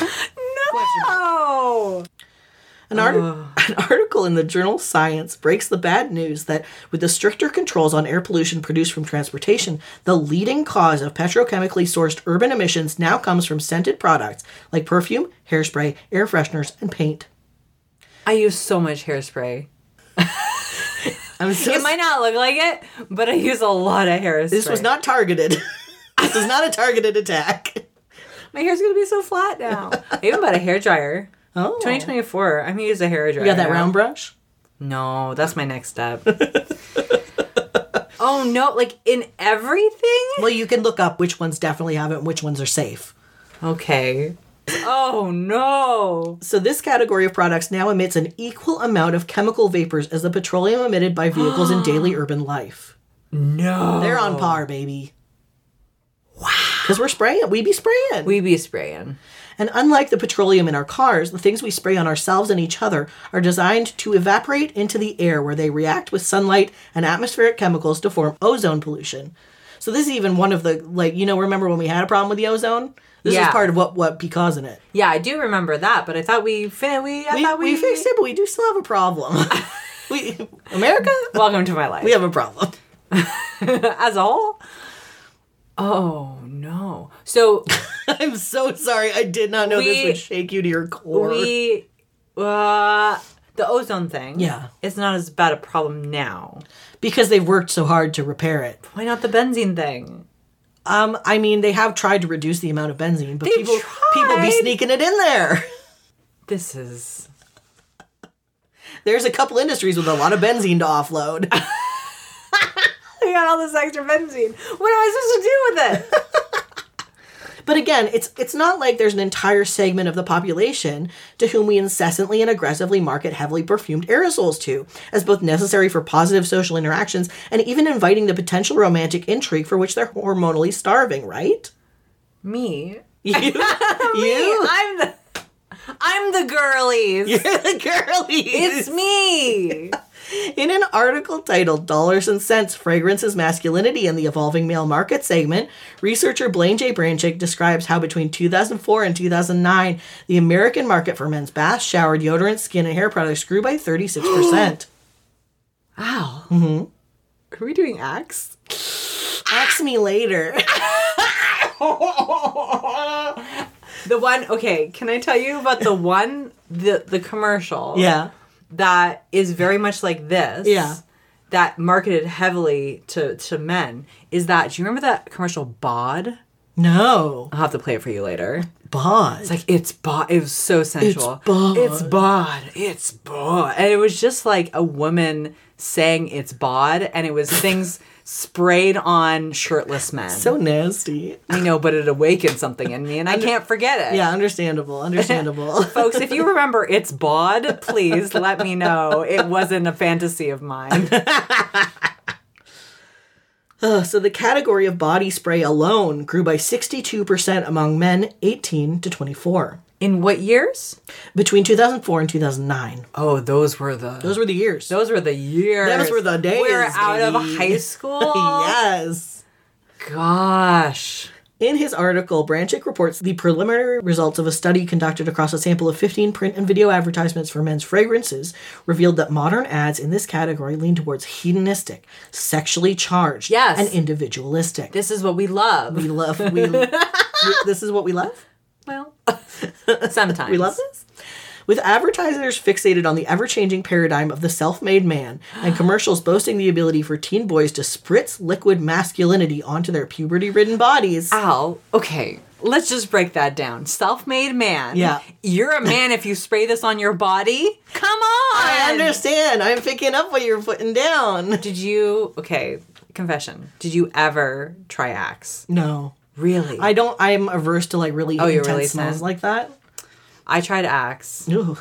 Speaker 2: no.
Speaker 1: An, art- an article in the journal Science breaks the bad news that, with the stricter controls on air pollution produced from transportation, the leading cause of petrochemically sourced urban emissions now comes from scented products like perfume, hairspray, air fresheners, and paint.
Speaker 2: I use so much hairspray.
Speaker 1: I'm so
Speaker 2: It might not look like it, but I use a lot of hairspray.
Speaker 1: this was not targeted. this is not a targeted attack.
Speaker 2: My hair's gonna be so flat now. I even bought a hair dryer.
Speaker 1: Oh,
Speaker 2: 2024. I'm gonna use a hair dryer.
Speaker 1: you got that round brush?
Speaker 2: No, that's my next step. oh no! Like in everything.
Speaker 1: Well, you can look up which ones definitely have it and which ones are safe.
Speaker 2: Okay. Oh no.
Speaker 1: So this category of products now emits an equal amount of chemical vapors as the petroleum emitted by vehicles in daily urban life.
Speaker 2: No.
Speaker 1: They're on par, baby. Wow. Because we're spraying. We be spraying.
Speaker 2: We be spraying.
Speaker 1: and unlike the petroleum in our cars, the things we spray on ourselves and each other are designed to evaporate into the air where they react with sunlight and atmospheric chemicals to form ozone pollution. So this is even one of the like you know remember when we had a problem with the ozone? This
Speaker 2: Yeah.
Speaker 1: is part of what what be causing it.
Speaker 2: Yeah, I do remember that, but I thought we fin- we I
Speaker 1: We,
Speaker 2: thought we,
Speaker 1: we fixed it, but we do still have a problem. we America,
Speaker 2: Welcome to my life.
Speaker 1: we have a problem.
Speaker 2: As a whole. Oh no. So
Speaker 1: I'm so sorry. I did not know this
Speaker 2: We-
Speaker 1: would shake you to your core.
Speaker 2: we uh the ozone thing.
Speaker 1: Yeah.
Speaker 2: It's not as bad a problem now.
Speaker 1: because they've worked so hard to repair it.
Speaker 2: Why not the benzene thing?
Speaker 1: Um, I mean, they have tried to reduce the amount of benzene, but people people be
Speaker 2: tried.
Speaker 1: sneaking it in there.
Speaker 2: This is
Speaker 1: There's a couple industries with a lot of benzene to offload.
Speaker 2: I got all this extra benzene. What am I supposed to do with it?
Speaker 1: But again, it's it's not like there's an entire segment of the population to whom we incessantly and aggressively market heavily perfumed aerosols to, as both necessary for positive social interactions and even inviting the potential romantic intrigue for which they're hormonally starving, right?
Speaker 2: Me.
Speaker 1: You, you,
Speaker 2: I'm the I'm the girlies.
Speaker 1: you're the girly.
Speaker 2: It's me.
Speaker 1: In an article titled Dollars and Cents Fragrances, Masculinity, and the Evolving Male Market segment, researcher Blaine J. Branchick describes how between 2004 and 2009, the American market for men's bath, shower, deodorant, skin, and hair products grew by 36%.
Speaker 2: Ow. Mm-hmm. Are we doing acts?
Speaker 1: Ask me later.
Speaker 2: The one okay, can I tell you about the one the the commercial
Speaker 1: yeah.
Speaker 2: that is very much like this.
Speaker 1: Yeah.
Speaker 2: That marketed heavily to to men is that do you remember that commercial Bod?
Speaker 1: No.
Speaker 2: I'll have to play it for you later.
Speaker 1: Bod.
Speaker 2: It's like it's bod. It was so sensual.
Speaker 1: bod.
Speaker 2: It's bod. It's bod. And it was just like a woman saying it's bod, and it was things sprayed on shirtless men.
Speaker 1: so nasty.
Speaker 2: I know, but it awakened something in me, and I can't forget it.
Speaker 1: Yeah, understandable. Understandable.
Speaker 2: Folks, if you remember it's bod, please let me know. It wasn't a fantasy of mine.
Speaker 1: Ugh, Uh, so the category of body spray alone grew by 62% among men 18 to 24
Speaker 2: In what years?
Speaker 1: between 2004 and 2009.
Speaker 2: Oh, those were the those,
Speaker 1: Those were the years.
Speaker 2: were the years.
Speaker 1: Those were the days,
Speaker 2: We're out of
Speaker 1: baby.
Speaker 2: high school.
Speaker 1: yes.
Speaker 2: Gosh.
Speaker 1: In his article, Branchick reports the preliminary results of a study conducted across a sample of 15 print and video advertisements for men's fragrances revealed that modern ads in this category lean towards hedonistic, sexually charged,
Speaker 2: Yes.
Speaker 1: and individualistic.
Speaker 2: This is what we love.
Speaker 1: we love we, we- this is what we love.
Speaker 2: well, sometimes.
Speaker 1: We love this. With advertisers fixated on the ever changing paradigm of the self made man and commercials boasting the ability for teen boys to spritz liquid masculinity onto their puberty ridden bodies.
Speaker 2: Ow. Okay. Let's just break that down. Self made man.
Speaker 1: Yeah.
Speaker 2: You're a man if you spray this on your body. Come on.
Speaker 1: I understand. I'm picking up what you're putting down.
Speaker 2: Did you, okay, confession. Did you ever try Axe?
Speaker 1: No.
Speaker 2: Really?
Speaker 1: I don't I'm averse to like Oh, really
Speaker 2: you're
Speaker 1: intense
Speaker 2: really
Speaker 1: smells
Speaker 2: sad.
Speaker 1: like that.
Speaker 2: I tried Axe.
Speaker 1: Ooh.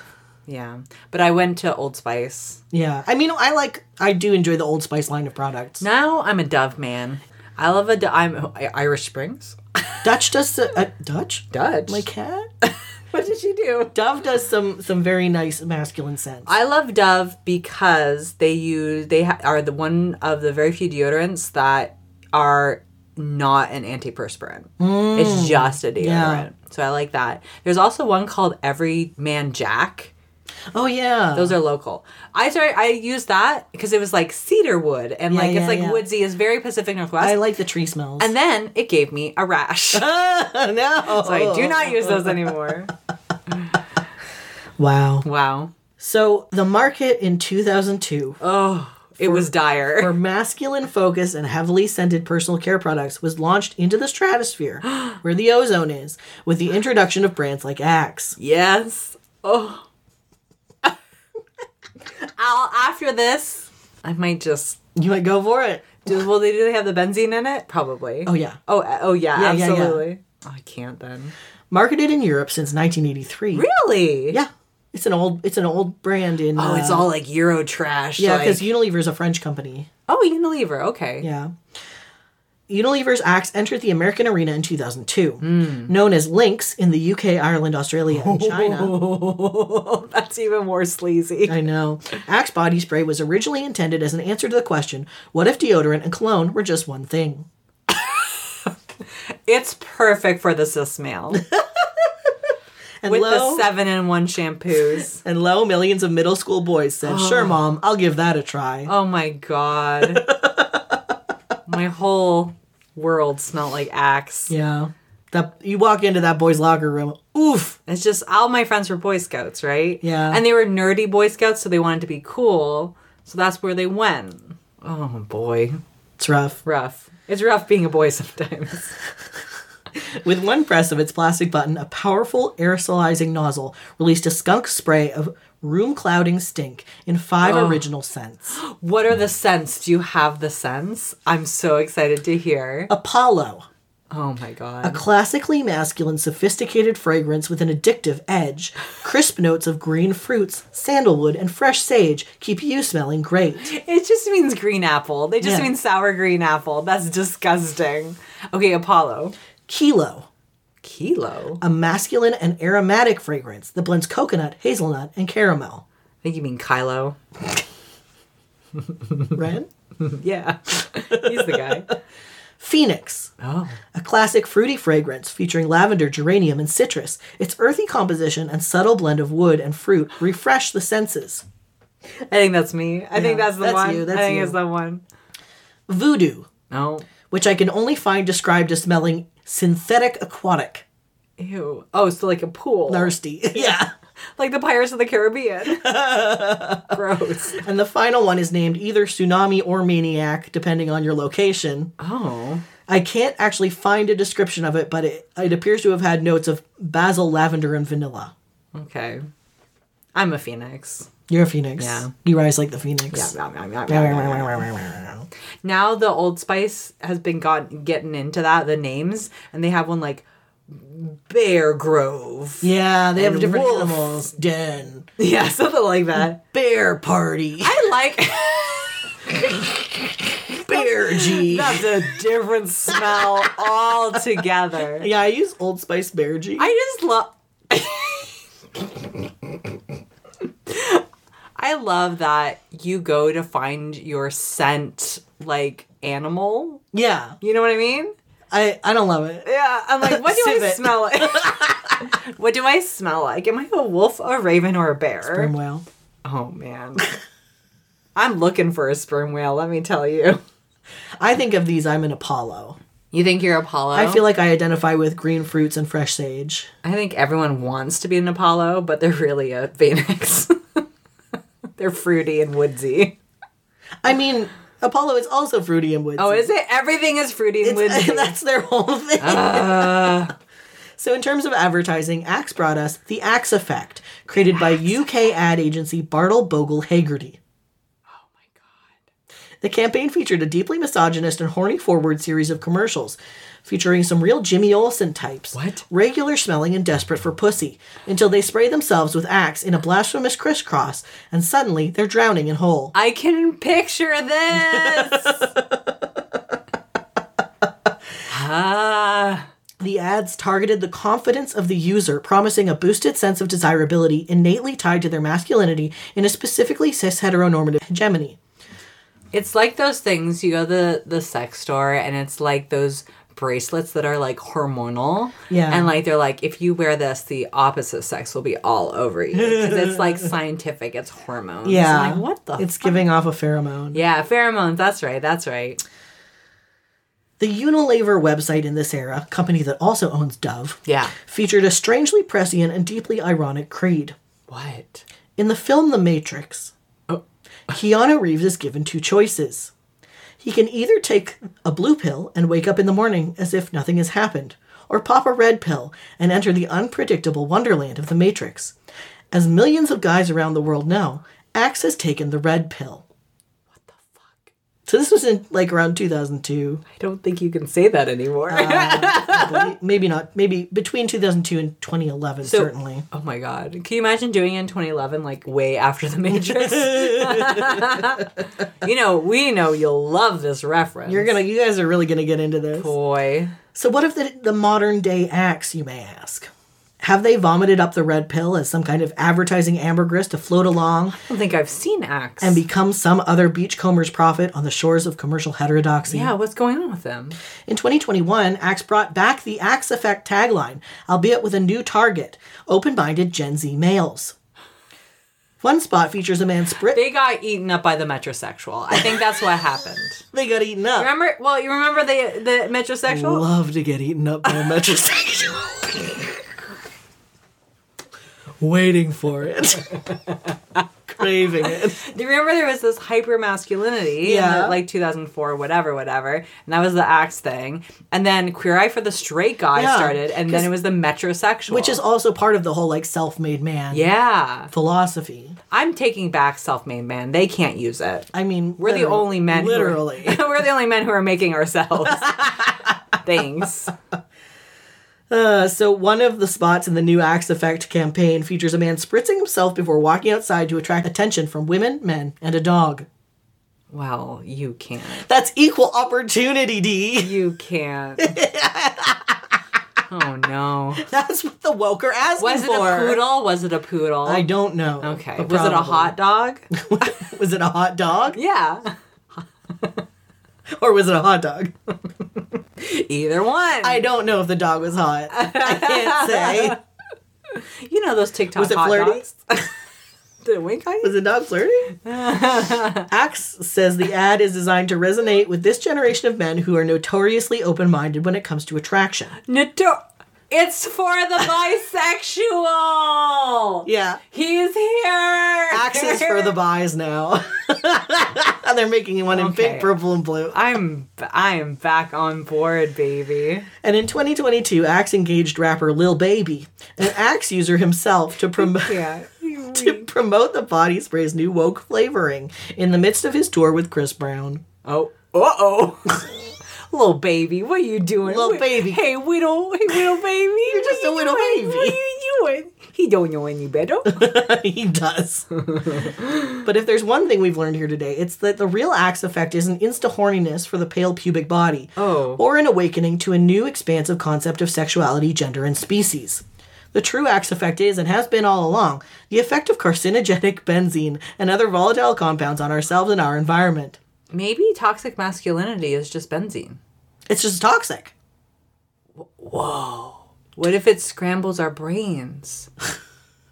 Speaker 2: Yeah. But I went to Old Spice.
Speaker 1: Yeah. I mean I like I do enjoy the Old Spice line of products.
Speaker 2: Now I'm a Dove man. I love a Do- I'm I- Irish Springs.
Speaker 1: Dutch does the, uh, Dutch?
Speaker 2: Dutch.
Speaker 1: My cat?
Speaker 2: what did she do?
Speaker 1: Dove does some some very nice masculine scents.
Speaker 2: I love Dove because they use they ha- are the one of the very few deodorants that are not an antiperspirant. It's just a deodorant.
Speaker 1: Mm. Yeah.
Speaker 2: So I like that. There's also one called Every Man Jack.
Speaker 1: oh yeah.
Speaker 2: Those are local. I started, I used that because it was like cedar wood and like
Speaker 1: yeah,
Speaker 2: it's like
Speaker 1: yeah.
Speaker 2: woodsy. It's very Pacific Northwest.
Speaker 1: I like the tree smells.
Speaker 2: and then it gave me a rash. so
Speaker 1: no.
Speaker 2: I do
Speaker 1: Oh.
Speaker 2: not use those anymore.
Speaker 1: Wow.
Speaker 2: Wow.
Speaker 1: So the market in 2002
Speaker 2: Oh, it was dire.
Speaker 1: for masculine focused and heavily scented personal care products was launched into the stratosphere where the ozone is with the introduction of brands like Axe.
Speaker 2: Yes. Oh. I'll, after this, I might just.
Speaker 1: You might go for it.
Speaker 2: Do, well, they do they have the benzene in it? Probably.
Speaker 1: Oh yeah.
Speaker 2: Oh, uh, oh yeah,
Speaker 1: Yeah, yeah, yeah.
Speaker 2: absolutely. Oh, I can't then.
Speaker 1: Marketed in Europe since 1983.
Speaker 2: Really?
Speaker 1: Yeah. It's an old it's an old brand in
Speaker 2: Oh, it's
Speaker 1: uh,
Speaker 2: all like Euro trash.
Speaker 1: Yeah,
Speaker 2: like-
Speaker 1: cuz Unilever is a French company.
Speaker 2: Oh, Unilever. Okay.
Speaker 1: Yeah. Unilever's Axe entered the American arena in 2002,
Speaker 2: Hmm.
Speaker 1: known as Lynx in the UK, Ireland, Australia, and China.
Speaker 2: Oh, that's even more sleazy.
Speaker 1: I know. Axe body spray was originally intended as an answer to the question, what if deodorant and cologne were just one thing?
Speaker 2: It's perfect for the cis male
Speaker 1: And
Speaker 2: with
Speaker 1: lo,
Speaker 2: the seven in one shampoos.
Speaker 1: and lo, millions of middle school boys said, "Sure, mom, I'll give that a try."
Speaker 2: Oh my god. my whole world smelled like Axe.
Speaker 1: Yeah. That you walk into that boy's locker room, oof.
Speaker 2: It's just all my friends were Boy Scouts, right?
Speaker 1: Yeah.
Speaker 2: And they were nerdy Boy Scouts, so they wanted to be cool. So that's where they went. Oh boy.
Speaker 1: It's rough.
Speaker 2: Rough. It's rough being a boy sometimes.
Speaker 1: With one press of its plastic button, a powerful aerosolizing nozzle released a skunk spray of room clouding stink in five
Speaker 2: Oh.
Speaker 1: original scents.
Speaker 2: what are the scents? Do you have the scents? I'm so excited to hear.
Speaker 1: Apollo,
Speaker 2: Oh my
Speaker 1: a
Speaker 2: god.
Speaker 1: classically masculine, sophisticated fragrance with an addictive edge. Crisp notes of green fruits, sandalwood, and fresh sage keep you smelling great.
Speaker 2: It just means green apple. They just
Speaker 1: Yeah.
Speaker 2: mean sour green apple. That's disgusting. Okay, Apollo.
Speaker 1: Kilo,
Speaker 2: Kilo. I
Speaker 1: a masculine and aromatic fragrance that blends coconut, hazelnut, and caramel.
Speaker 2: think you mean Kylo.
Speaker 1: Ren?
Speaker 2: Yeah. He's the guy.
Speaker 1: Phoenix,
Speaker 2: Oh.
Speaker 1: a classic fruity fragrance featuring lavender, geranium, and citrus. Its earthy composition and subtle blend of wood and fruit refresh the senses.
Speaker 2: I think that's me. I think
Speaker 1: Yeah,
Speaker 2: that's the
Speaker 1: that's
Speaker 2: one.
Speaker 1: you, that's
Speaker 2: I think
Speaker 1: you.
Speaker 2: it's the one.
Speaker 1: Voodoo,
Speaker 2: No.
Speaker 1: which I can only find described as smelling synthetic aquatic.
Speaker 2: Ew. Oh, so like a pool.
Speaker 1: Thirsty. yeah.
Speaker 2: Like the Pirates of the Caribbean. Gross.
Speaker 1: And the final one is named either Tsunami or Maniac, depending on your location.
Speaker 2: Oh.
Speaker 1: I can't actually find a description of it, but it, it appears to have had notes of basil, lavender, and vanilla.
Speaker 2: Okay. I'm a phoenix.
Speaker 1: You're a phoenix.
Speaker 2: Yeah.
Speaker 1: You rise like the phoenix.
Speaker 2: Now the Old Spice has been got getting into that the names, and they have one like Bear Grove.
Speaker 1: Yeah, they have
Speaker 2: And
Speaker 1: different
Speaker 2: wolf.
Speaker 1: animals. Den.
Speaker 2: Yeah, something like that.
Speaker 1: Bear party.
Speaker 2: I like.
Speaker 1: Bear G.
Speaker 2: That's a different smell altogether.
Speaker 1: Yeah, I use Old Spice Bear G.
Speaker 2: I just love. I love that you go to find your scent like animal.
Speaker 1: yeah.
Speaker 2: You know what I mean?
Speaker 1: I, I don't love it.
Speaker 2: Yeah. I'm like, what do I
Speaker 1: Sip it.
Speaker 2: smell like? what do I smell like? Am I a wolf, a raven, or a bear?
Speaker 1: Sperm whale.
Speaker 2: Oh man. I'm looking for a sperm whale, let me tell you.
Speaker 1: I think of these, I'm an Apollo.
Speaker 2: You think you're Apollo?
Speaker 1: I feel like I identify with green fruits and fresh sage.
Speaker 2: I think everyone wants to be an Apollo, but they're really a Phoenix. they're fruity and woodsy.
Speaker 1: I mean, Apollo is also fruity and woodsy.
Speaker 2: Oh, is it? Everything is fruity and woodsy. Ah.
Speaker 1: that's their whole thing. so, in terms of advertising, Axe brought us the Axe Effect, created by UK ad agency Bartle Bogle Haggerty.
Speaker 2: Oh
Speaker 1: The campaign featured a deeply misogynist and horny forward series of commercials, featuring some real Jimmy Olsen types.
Speaker 2: What?
Speaker 1: Regular smelling and desperate for pussy, until they spray themselves with axe in a blasphemous crisscross, and suddenly they're drowning in hole.
Speaker 2: I can picture this. ah,
Speaker 1: The ads targeted the confidence of the user, promising a boosted sense of desirability innately tied to their masculinity in a specifically cis heteronormative hegemony.
Speaker 2: it's like those things you go to the, the sex store and it's like those bracelets that are like hormonal.
Speaker 1: Yeah.
Speaker 2: And like they're like, if you wear this, the opposite sex will be all over you. 'Cause it's like scientific, it's hormones. I'm
Speaker 1: Yeah.
Speaker 2: like, what the
Speaker 1: It's giving off a pheromone.
Speaker 2: Yeah, pheromones. That's right. That's right.
Speaker 1: The Unilever website in this era, company that also owns Dove,
Speaker 2: Yeah.
Speaker 1: featured a strangely prescient and deeply ironic creed.
Speaker 2: What?
Speaker 1: In the film The Matrix,
Speaker 2: Oh.
Speaker 1: Keanu Reeves is given two choices. He can either take a blue pill and wake up in the morning as if nothing has happened, or pop a red pill and enter the unpredictable wonderland of the Matrix. As millions of guys around the world know, Axe has taken the red pill. So this was in like around 2002,
Speaker 2: I don't think you can say that anymore.
Speaker 1: Uh, Probably- maybe not, maybe between 2002 and 2011 certainly.
Speaker 2: oh my god. Can you imagine doing it in 2011 like way after the Matrix? you know, we know you'll love this reference.
Speaker 1: You're gonna, you guys are really gonna get into this.
Speaker 2: boy.
Speaker 1: So, what of the, the modern day axe, you may ask? Have they vomited up the red pill as some kind of advertising ambergris to float along
Speaker 2: I don't think I've seen Axe.
Speaker 1: and become some other beachcomber's prophet on the shores of commercial heterodoxy?
Speaker 2: yeah, what's going on with them?
Speaker 1: In 2021, Axe brought back the Axe Effect tagline, albeit with a new target open minded Gen Z males. One spot features a man sprit. They,
Speaker 2: They got eaten up by the metrosexual. I think that's what happened.
Speaker 1: got eaten up.
Speaker 2: Remember? Well, you remember the the metrosexual?
Speaker 1: Love to get eaten up by a metrosexual. Waiting for it. Craving it.
Speaker 2: Do you remember there was this hyper masculinity
Speaker 1: Yeah.
Speaker 2: in the, like 2004, whatever, whatever, and that was the axe thing. And then Queer Eye for the Straight Guy
Speaker 1: Yeah,
Speaker 2: started, and then it was the metrosexual,
Speaker 1: Which is also part of the whole like self made man
Speaker 2: yeah.
Speaker 1: philosophy.
Speaker 2: I'm taking back self-made man. They can't use it.
Speaker 1: I mean,
Speaker 2: We're the only men. who are-
Speaker 1: Literally.
Speaker 2: we're the only men who are making ourselves. Thanks.
Speaker 1: Uh, so, one of the spots in the new Axe Effect campaign features a man spritzing himself before walking outside to attract attention from women, men, and a dog.
Speaker 2: Well, you can't.
Speaker 1: That's equal opportunity, D.
Speaker 2: You can't. oh no.
Speaker 1: That's what the woker asked
Speaker 2: Was it
Speaker 1: for.
Speaker 2: a poodle? Was it a poodle?
Speaker 1: I don't know.
Speaker 2: okay.
Speaker 1: but
Speaker 2: Was it a
Speaker 1: probably.
Speaker 2: hot dog?
Speaker 1: was it a hot dog?
Speaker 2: yeah.
Speaker 1: or was it a hot dog?
Speaker 2: Either one.
Speaker 1: I don't know if the dog was hot. I can't say.
Speaker 2: You know those TikTok
Speaker 1: Was it
Speaker 2: hot
Speaker 1: flirty?
Speaker 2: dogs? Did it wink at you?
Speaker 1: Was the dog flirting? Axe says the ad is designed to resonate with this generation of men who are notoriously open minded when it comes to attraction.
Speaker 2: Noto- It's for the bisexual.
Speaker 1: Yeah.
Speaker 2: He's here.
Speaker 1: Axes for the buys now. and they're making one in
Speaker 2: Okay.
Speaker 1: pink, purple, and blue.
Speaker 2: I'm I am back on board, baby.
Speaker 1: And in 2022, Axe engaged rapper Lil Baby, an Axe user himself, to promote.
Speaker 2: Yeah.
Speaker 1: To promote the body spray's new woke flavoring in the midst of his tour with Chris Brown.
Speaker 2: Oh. Uh oh. little baby, what are you doing?
Speaker 1: Little
Speaker 2: We-
Speaker 1: baby.
Speaker 2: Hey, widow. Hey, widow baby. You're
Speaker 1: just a little baby.
Speaker 2: What are you doing? He don't know any better.
Speaker 1: he does. but if there's one thing we've learned here today, it's that the real Axe effect is an insta horniness for the pale pubic body,
Speaker 2: Oh.
Speaker 1: or an awakening to a new expansive concept of sexuality, gender, and species. The true Axe effect is, and has been all along, the effect of carcinogenic benzene and other volatile compounds on ourselves and our environment.
Speaker 2: Maybe toxic masculinity is just benzene.
Speaker 1: It's just toxic.
Speaker 2: What if it scrambles our brains?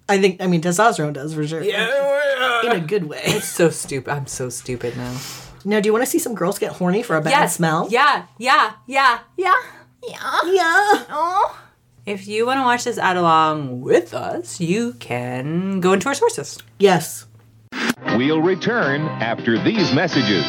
Speaker 1: I think, I mean, testosterone does for sure.
Speaker 2: uh,
Speaker 1: In a good way.
Speaker 2: so stupid. I'm so stupid now.
Speaker 1: Now, do you want to see some girls get horny for a bad smell?
Speaker 2: Yeah, yeah, yeah, yeah, yeah.
Speaker 1: Yeah.
Speaker 2: Oh. If you want to watch this ad along with us, you can go into our sources.
Speaker 1: Yes.
Speaker 3: We'll return after these messages.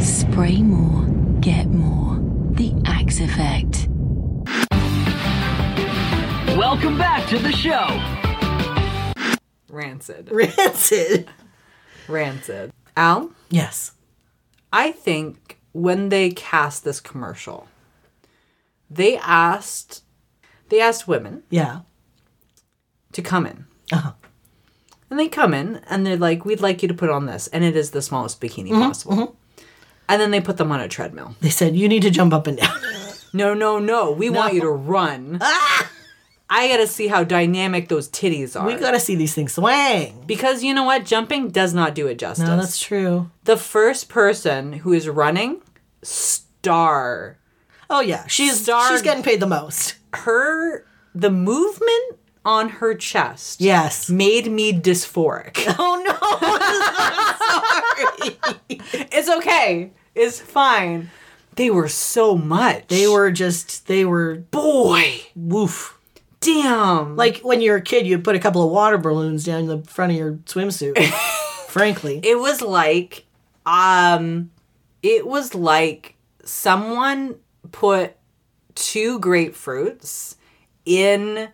Speaker 4: Spray more, get more. The Axe Effect.
Speaker 5: Welcome back to the show.
Speaker 2: Rancid.
Speaker 1: Rancid.
Speaker 2: Rancid. Al,
Speaker 1: Yes.
Speaker 2: I think when they cast this commercial, they asked they asked women
Speaker 1: Yeah.
Speaker 2: to come in.
Speaker 1: Uh-huh.
Speaker 2: And they come in and they're like, "We'd like you to put on this," and it is the smallest bikini
Speaker 1: Mm-hmm,
Speaker 2: possible. And then they put them on a treadmill.
Speaker 1: They said, you need to jump up and down.
Speaker 2: No, no, no. We want you to run. I gotta see how dynamic those titties are.
Speaker 1: Ah! we got to see these things swang.
Speaker 2: because you know what? Jumping does not do it justice.
Speaker 1: No, Oh, that's true.
Speaker 2: the first person who is running, star.
Speaker 1: Oh, yeah. She's
Speaker 2: Starred.
Speaker 1: she's getting paid the most.
Speaker 2: Her, the movement on her chest
Speaker 1: Yes.
Speaker 2: made me dysphoric.
Speaker 1: Oh, no.
Speaker 2: it's okay. It's fine. They were so much.
Speaker 1: they were just, they were
Speaker 2: boy.
Speaker 1: woof.
Speaker 2: Damn. Like
Speaker 1: Like when you're a kid, you'd put a couple of water balloons down the front of your swimsuit. Frankly.
Speaker 2: it was like um it was like someone put two grapefruits in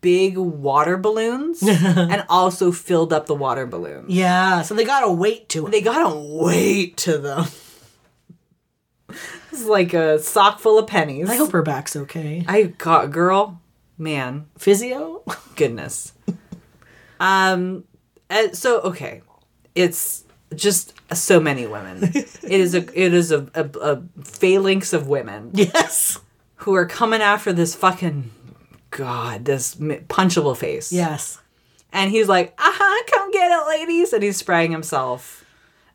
Speaker 2: big water balloons and also filled up the water balloons.
Speaker 1: Yeah. So they got a weight to it.
Speaker 2: They got a weight to them. it's like a sock full of pennies.
Speaker 1: I hope her back's okay.
Speaker 2: I got girl, man,
Speaker 1: Physio?
Speaker 2: goodness. um, uh, so okay, it's just so many women. it is a it is a, a, a phalanx of women
Speaker 1: yes.
Speaker 2: who are coming after this fucking god, this m- punchable face.
Speaker 1: Yes.
Speaker 2: and he's like, "Aha, come get it, ladies!" and he's spraying himself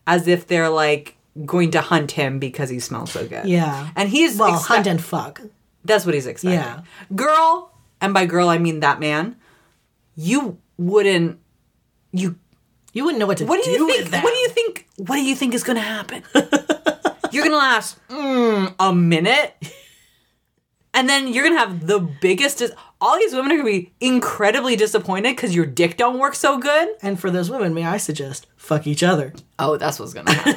Speaker 2: as if they're like going to hunt him because he smells so good.
Speaker 1: Yeah.
Speaker 2: and he's
Speaker 1: Well,
Speaker 2: expect-
Speaker 1: hunt and fuck.
Speaker 2: that's what he's expecting.
Speaker 1: Yeah.
Speaker 2: Girl, and by girl I mean that man, you wouldn't you
Speaker 1: You wouldn't know what to
Speaker 2: what do you
Speaker 1: with
Speaker 2: think
Speaker 1: that.
Speaker 2: what do you think what do you think is gonna happen? you're gonna last mm, a minute. And then you're gonna have the biggest dis- all these women are gonna be incredibly disappointed because your dick don't work so good.
Speaker 1: And for those women, may I suggest fuck each other?
Speaker 2: Oh, that's what's gonna happen.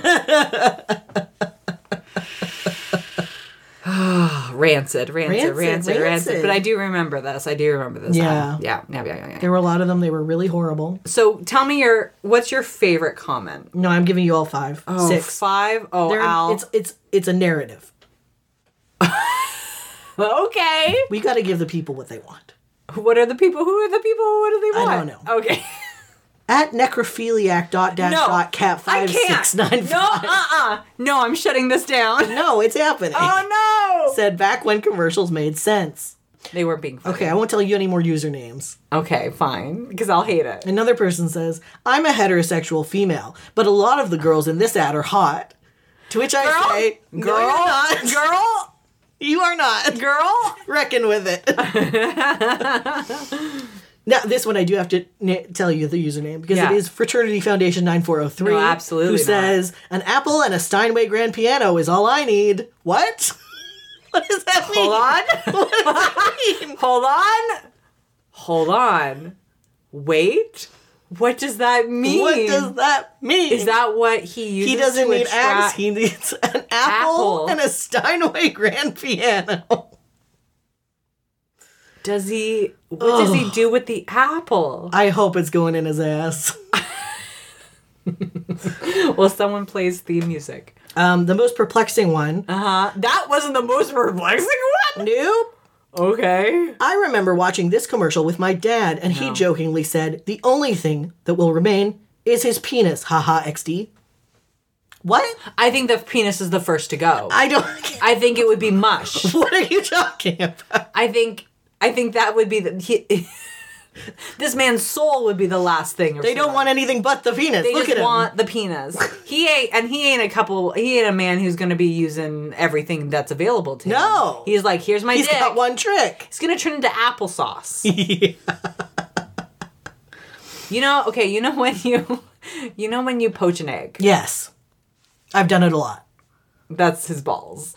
Speaker 2: rancid, rancid,
Speaker 1: Rancid,
Speaker 2: rancid, rancid.
Speaker 1: rancid.
Speaker 2: But I do remember this. I do remember this.
Speaker 1: Yeah.
Speaker 2: Um, yeah, yeah, yeah, yeah, yeah.
Speaker 1: There were a lot of them. They were really horrible.
Speaker 2: So tell me your what's your favorite comment?
Speaker 1: No, I'm giving you all five.
Speaker 2: Oh,
Speaker 1: Six.
Speaker 2: five. Oh,
Speaker 1: They're-
Speaker 2: Al.
Speaker 1: It's it's it's a narrative.
Speaker 2: okay.
Speaker 1: We got to give the people what they want.
Speaker 2: What are the people? Who are the people? What do they
Speaker 1: I
Speaker 2: want?
Speaker 1: don't know.
Speaker 2: Okay.
Speaker 1: At necrophiliac dot dash
Speaker 2: No,
Speaker 1: dot cat
Speaker 2: I
Speaker 1: five
Speaker 2: can't.
Speaker 1: six nine
Speaker 2: no.
Speaker 1: five.
Speaker 2: Uh. uh No. I'm shutting this down.
Speaker 1: No, it's happening.
Speaker 2: oh no.
Speaker 1: Said back when commercials made sense.
Speaker 2: They were being funny.
Speaker 1: Okay, I won't tell you any more usernames.
Speaker 2: Okay. Fine. Because I'll hate it.
Speaker 1: Another person says, I'm a heterosexual female, but a lot of the girls in this ad are hot. To which I
Speaker 2: Girl?
Speaker 1: say,
Speaker 2: Girl?
Speaker 1: "No, you're not.
Speaker 2: Girl?
Speaker 1: You are not.
Speaker 2: Girl?
Speaker 1: Reckon with it. now, this one I do have to na- tell you the username because
Speaker 2: Yeah.
Speaker 1: it is Fraternity Foundation 9403.
Speaker 2: No, absolutely
Speaker 1: Who
Speaker 2: not.
Speaker 1: says, An apple and a Steinway grand piano is all I need. What? what does that mean?
Speaker 2: Hold on.
Speaker 1: What does that mean?
Speaker 2: Hold on. Hold on. Wait. What does that mean?
Speaker 1: What does that mean?
Speaker 2: Is that what he uses?
Speaker 1: He doesn't
Speaker 2: to
Speaker 1: need
Speaker 2: attract-
Speaker 1: abs. He needs an apple,
Speaker 2: Apple.
Speaker 1: and a Steinway grand piano.
Speaker 2: Does he? What does he do with the apple?
Speaker 1: I hope it's going in his ass.
Speaker 2: Well, someone plays theme music.
Speaker 1: Um, the most perplexing one.
Speaker 2: Uh, that wasn't the most perplexing one.
Speaker 1: Nope.
Speaker 2: Okay.
Speaker 1: I remember watching this commercial with my dad, and he jokingly said, "The only thing that will remain is his penis." Haha. XD. What?
Speaker 2: I think the penis is the first to go. I,
Speaker 1: I don't.
Speaker 2: think it would be mush.
Speaker 1: what are you talking about?
Speaker 2: I think. I think that would be the. He, this man's soul would be the last thing. or
Speaker 1: They don't
Speaker 2: something.
Speaker 1: want anything but the penis.
Speaker 2: They
Speaker 1: Look at
Speaker 2: just
Speaker 1: him.
Speaker 2: want the penis. He ain't, and he ain't a couple. He ain't a man who's gonna be using everything that's available to him.
Speaker 1: No.
Speaker 2: he's like, here's my
Speaker 1: He's
Speaker 2: dick.
Speaker 1: got one trick.
Speaker 2: It's gonna turn into applesauce. You know, okay. You know when you, you know when you poach an egg.
Speaker 1: Yes, I've done it a lot.
Speaker 2: That's his balls.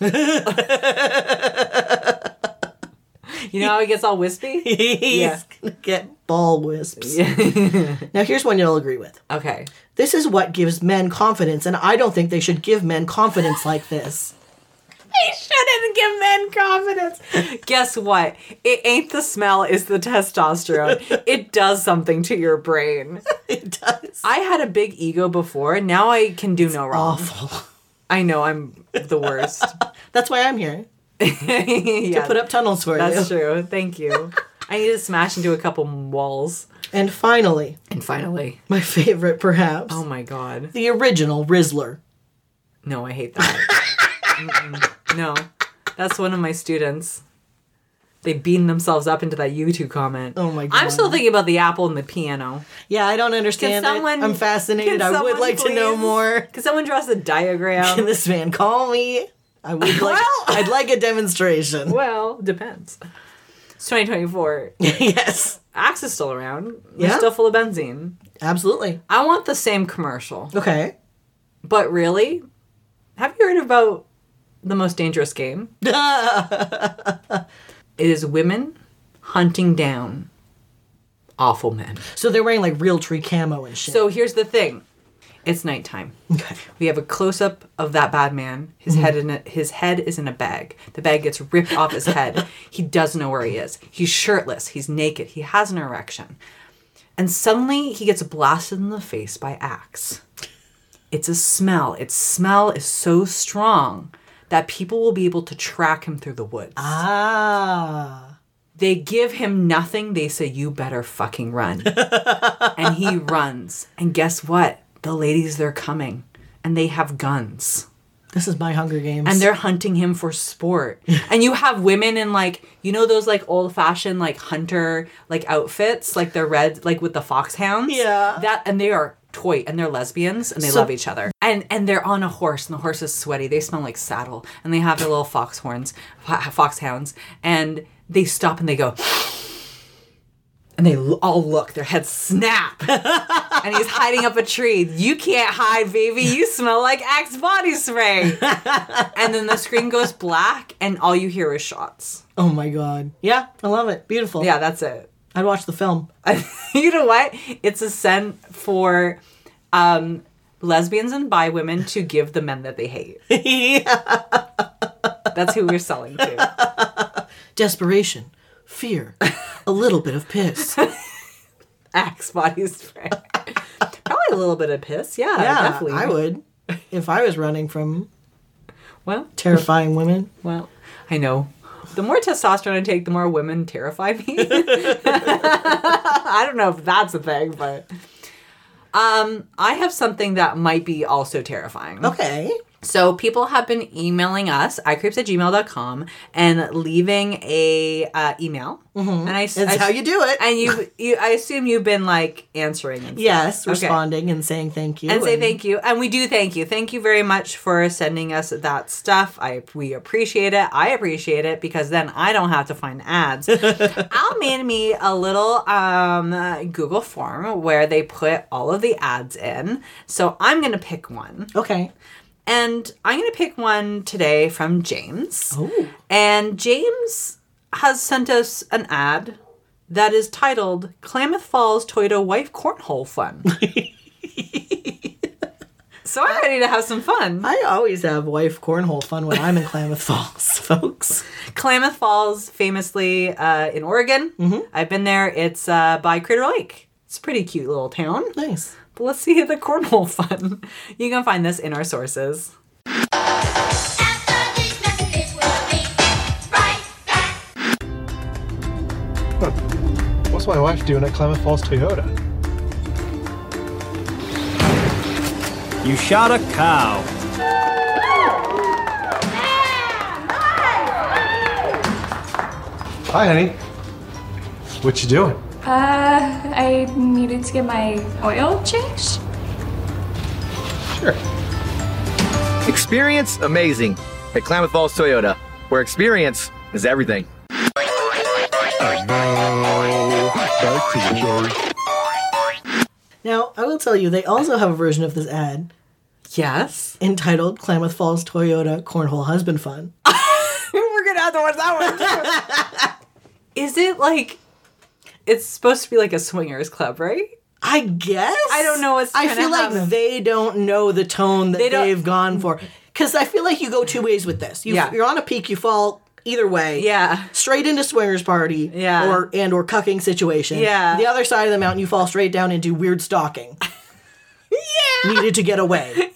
Speaker 2: you know how he gets all wispy.
Speaker 1: He's
Speaker 2: Yeah.
Speaker 1: gonna get ball wisps. now here's one you'll agree with.
Speaker 2: Okay.
Speaker 1: This is what gives men confidence, and I don't think they should give men confidence like this.
Speaker 2: He shouldn't give men confidence. Guess what? It ain't the smell, it's the testosterone. it does something to your brain.
Speaker 1: It does.
Speaker 2: I had a big ego before, now I can do no wrong.
Speaker 1: Awful.
Speaker 2: I know I'm the worst.
Speaker 1: That's why I'm here.
Speaker 2: yeah,
Speaker 1: Put up tunnels for
Speaker 2: that's
Speaker 1: you.
Speaker 2: true. Thank you. I need to smash into a couple walls.
Speaker 1: And finally,
Speaker 2: And finally.
Speaker 1: my favorite perhaps,
Speaker 2: Oh my god.
Speaker 1: the original Rizzler.
Speaker 2: No, I hate that. Mm-mm. no, that's one of my students. They beaten themselves up into that YouTube comment.
Speaker 1: Oh my
Speaker 2: I'm
Speaker 1: God.
Speaker 2: still thinking about the apple and the piano.
Speaker 1: Yeah, I don't understand
Speaker 2: Can
Speaker 1: it.
Speaker 2: someone-
Speaker 1: I'm fascinated. I would like to know more.
Speaker 2: Can someone draw us a
Speaker 1: Can
Speaker 2: diagram?
Speaker 1: this man call me? I would like.
Speaker 2: Well-
Speaker 1: I'd like a demonstration.
Speaker 2: well, depends. It's 2024.
Speaker 1: yes,
Speaker 2: Axe is still around. They're
Speaker 1: Yeah.
Speaker 2: still full of benzene.
Speaker 1: absolutely.
Speaker 2: I want the same commercial.
Speaker 1: Okay.
Speaker 2: But really, have you heard about the most dangerous game? it is women hunting down awful men.
Speaker 1: So they're wearing like real tree camo and shit.
Speaker 2: So here's the thing. It's nighttime.
Speaker 1: okay.
Speaker 2: We have a close up of that bad man. His head in a, his head is in a bag. The bag gets ripped off his head. He doesn't know where he is. He's shirtless. He's naked. He has an erection. And suddenly he gets blasted in the face by axe. It's a smell. Its smell is so strong that people will be able to track him through the woods.
Speaker 1: Ah.
Speaker 2: They give him nothing. They say, You better fucking run. and he runs. And guess what? The ladies, they're coming and they have guns
Speaker 1: This is my Hunger Games.
Speaker 2: and they're hunting him for sport. and you have women in like, you know, those like old fashioned like hunter like outfits, like they're red, like with the foxhounds.
Speaker 1: Yeah.
Speaker 2: That, and they are toy and they're lesbians and they
Speaker 1: So-
Speaker 2: love each other. And and they're on a horse and the horse is sweaty. They smell like saddle and they have their little fox horns, fo- foxhounds. And they stop and they go, and they l- all look, their heads snap. and he's hiding up a tree. You can't hide, baby. You smell like Axe body spray. and then the screen goes black, and all you hear is shots.
Speaker 1: oh my god. Yeah, I love it. Beautiful.
Speaker 2: Yeah, that's it.
Speaker 1: I'd watch the film.
Speaker 2: you know what? It's a scent for um, lesbians and bi women to give the men that they hate. That's who we're selling to.
Speaker 1: Desperation, fear, a little bit of piss.
Speaker 2: Axe body spray. Probably a little bit of piss. Yeah,
Speaker 1: Yeah,
Speaker 2: definitely.
Speaker 1: I would if I was running from
Speaker 2: Well,
Speaker 1: terrifying women.
Speaker 2: well, I know. The more testosterone I take, the more women terrify me. I don't know if that's a thing, but um, I have something that might be also terrifying.
Speaker 1: Okay.
Speaker 2: So people have been emailing us, iCreeps at gmail.com, and leaving a uh, email. And I, s-
Speaker 1: That's
Speaker 2: I
Speaker 1: Mm-hmm.
Speaker 2: s-
Speaker 1: how you do it.
Speaker 2: And you, you, I assume you've been like answering. And stuff.
Speaker 1: yes,
Speaker 2: Okay.
Speaker 1: responding and saying thank you.
Speaker 2: And say thank you. And we do thank you. Thank you very much for sending us that stuff. I we appreciate it. I appreciate it because then I don't have to find ads. Al made me a little um, uh, Google form where they put all of the ads in. So I'm gonna pick one.
Speaker 1: Okay.
Speaker 2: And I'm going to pick one today from James.
Speaker 1: Oh.
Speaker 2: And James has sent us an ad that is titled Klamath Falls Toyota Wife Cornhole Fun. so I'm ready to have some fun.
Speaker 1: I always have wife cornhole fun when I'm in Klamath Falls, folks.
Speaker 2: Klamath Falls, famously uh, in Oregon. I've been there. It's uh, by Crater Lake. It's a pretty cute little town.
Speaker 1: Nice.
Speaker 2: But let's see the cornhole fun. You can find this in our sources.
Speaker 6: After these messages, we'll be right back.
Speaker 7: What's my wife doing at Klamath Falls Toyota?
Speaker 8: You shot a cow.
Speaker 7: Hi, honey. What you doing?
Speaker 9: Uh, I needed to get my oil changed.
Speaker 7: Sure.
Speaker 10: Experience amazing at Klamath Falls Toyota, where experience is everything.
Speaker 1: Now, I will tell you, they also have a version of this ad
Speaker 2: Yes.
Speaker 1: entitled Klamath Falls Toyota Cornhole Husband Fun.
Speaker 2: We're gonna have to watch that one. too. Is it like? It's supposed to be like a swingers club, right?
Speaker 1: I guess.
Speaker 2: I don't know what's
Speaker 1: I
Speaker 2: gonna
Speaker 1: feel like
Speaker 2: happen.
Speaker 1: they don't know the tone that
Speaker 2: They
Speaker 1: they
Speaker 2: don't-
Speaker 1: have gone for. Because I feel like you go two ways with this. You,
Speaker 2: Yeah.
Speaker 1: You're on a peak, you fall either way.
Speaker 2: Yeah.
Speaker 1: Straight into swingers party,
Speaker 2: Yeah.
Speaker 1: or and or cucking situation.
Speaker 2: Yeah.
Speaker 1: The other side of the mountain, you fall straight down into weird stalking. yeah. Needed to get away.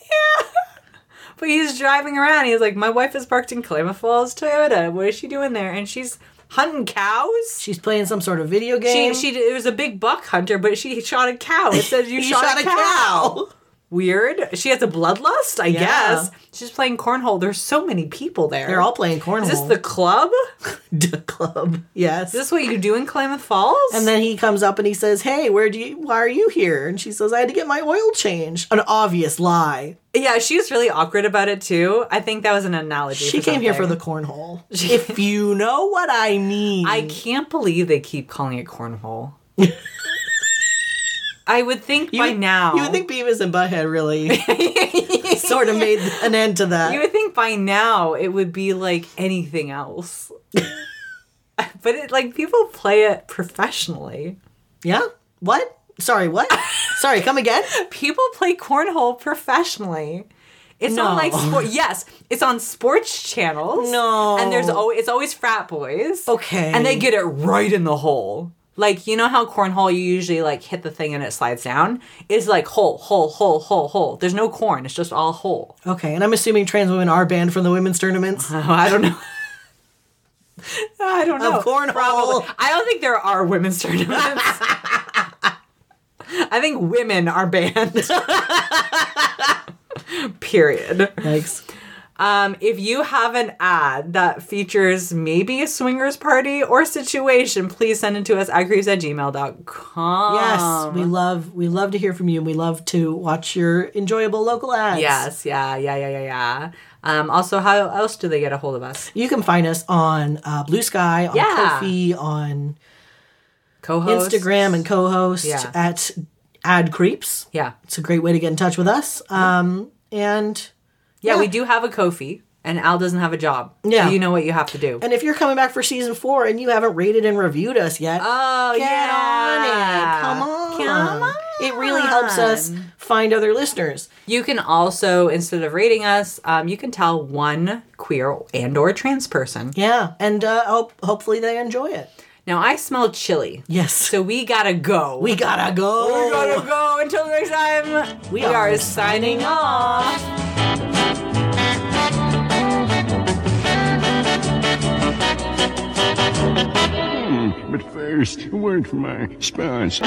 Speaker 2: But he's driving around. He's like, my wife is parked in Klamath Falls Toyota. What is she doing there? And she's hunting cows.
Speaker 1: She's playing some sort of video
Speaker 2: She
Speaker 1: game.
Speaker 2: she it was a big buck hunter, but she shot a cow. It says you
Speaker 1: You
Speaker 2: shot, a, cow. Weird. She has a bloodlust, I
Speaker 1: Yeah.
Speaker 2: guess. She's playing cornhole. There's so many people there.
Speaker 1: They're all playing cornhole.
Speaker 2: Is this the club? Is
Speaker 1: the club? Yes.
Speaker 2: this what you do in Klamath Falls?
Speaker 1: And then he comes up and he says, "Hey, where do you? Why are you here?" And she says, "I had to get my oil changed." An obvious lie.
Speaker 2: Yeah, she was really awkward about it too. I think that was an analogy.
Speaker 1: She came here for the
Speaker 2: something.
Speaker 1: cornhole. if you know what I mean.
Speaker 2: I can't believe they keep calling it cornhole. I would think
Speaker 1: you
Speaker 2: by
Speaker 1: would-
Speaker 2: now.
Speaker 1: You would think Beavis and Butthead really sort of made an end to that.
Speaker 2: You would think by now it would be like anything else. but it like people play it professionally.
Speaker 1: yeah. What? Sorry, what? Sorry, come again?
Speaker 2: People play cornhole professionally. It's on
Speaker 1: No.
Speaker 2: like sport. Yes, it's on sports channels.
Speaker 1: No.
Speaker 2: and there's always it's always frat boys.
Speaker 1: Okay.
Speaker 2: and they get it right in the hole. Like you know how cornhole you usually like hit the thing and it slides down. It's like hole, hole, hole, hole, hole. There's no corn. It's just all hole.
Speaker 1: Okay, and I'm assuming trans women are banned from the women's tournaments.
Speaker 2: Oh, I don't know. I don't know.
Speaker 1: Of cornhole.
Speaker 2: Probably. I don't think there are women's tournaments. I think women are banned. Period.
Speaker 1: Yikes.
Speaker 2: Um, if you have an ad that features maybe a swingers party or situation, please send it to us at creeps at gmail.com.
Speaker 1: Yes,
Speaker 2: um,
Speaker 1: we love we love to hear from you and we love to watch your enjoyable local ads.
Speaker 2: Yes, yeah, yeah, yeah, yeah, yeah. Um, also, how else do they get a hold of us?
Speaker 1: You can find us on uh, Blue Sky, on
Speaker 2: Yeah.
Speaker 1: Kofi, on
Speaker 2: Co-host?
Speaker 1: Instagram and co-host
Speaker 2: Yeah.
Speaker 1: at Ad Creeps.
Speaker 2: Yeah.
Speaker 1: It's a great way to get in touch with us. Um, and
Speaker 2: yeah.
Speaker 1: Yeah.
Speaker 2: we do have a Kofi, and Al doesn't have a job.
Speaker 1: Yeah.
Speaker 2: So you know what you have to do.
Speaker 1: and if you're coming back for season four and you haven't rated and reviewed us yet,
Speaker 2: oh,
Speaker 1: get
Speaker 2: yeah.
Speaker 1: on it. Come on.
Speaker 2: Come on.
Speaker 1: It really helps us find other listeners.
Speaker 2: You can also, instead of rating us, um, you can tell one queer and or trans person.
Speaker 1: Yeah, and uh, hope hopefully they enjoy it.
Speaker 2: Now I smell chili.
Speaker 1: Yes.
Speaker 2: So we gotta go.
Speaker 1: we gotta go.
Speaker 2: We gotta go. Until next time,
Speaker 1: We are
Speaker 2: signing off.
Speaker 3: But first, a word from our sponsor.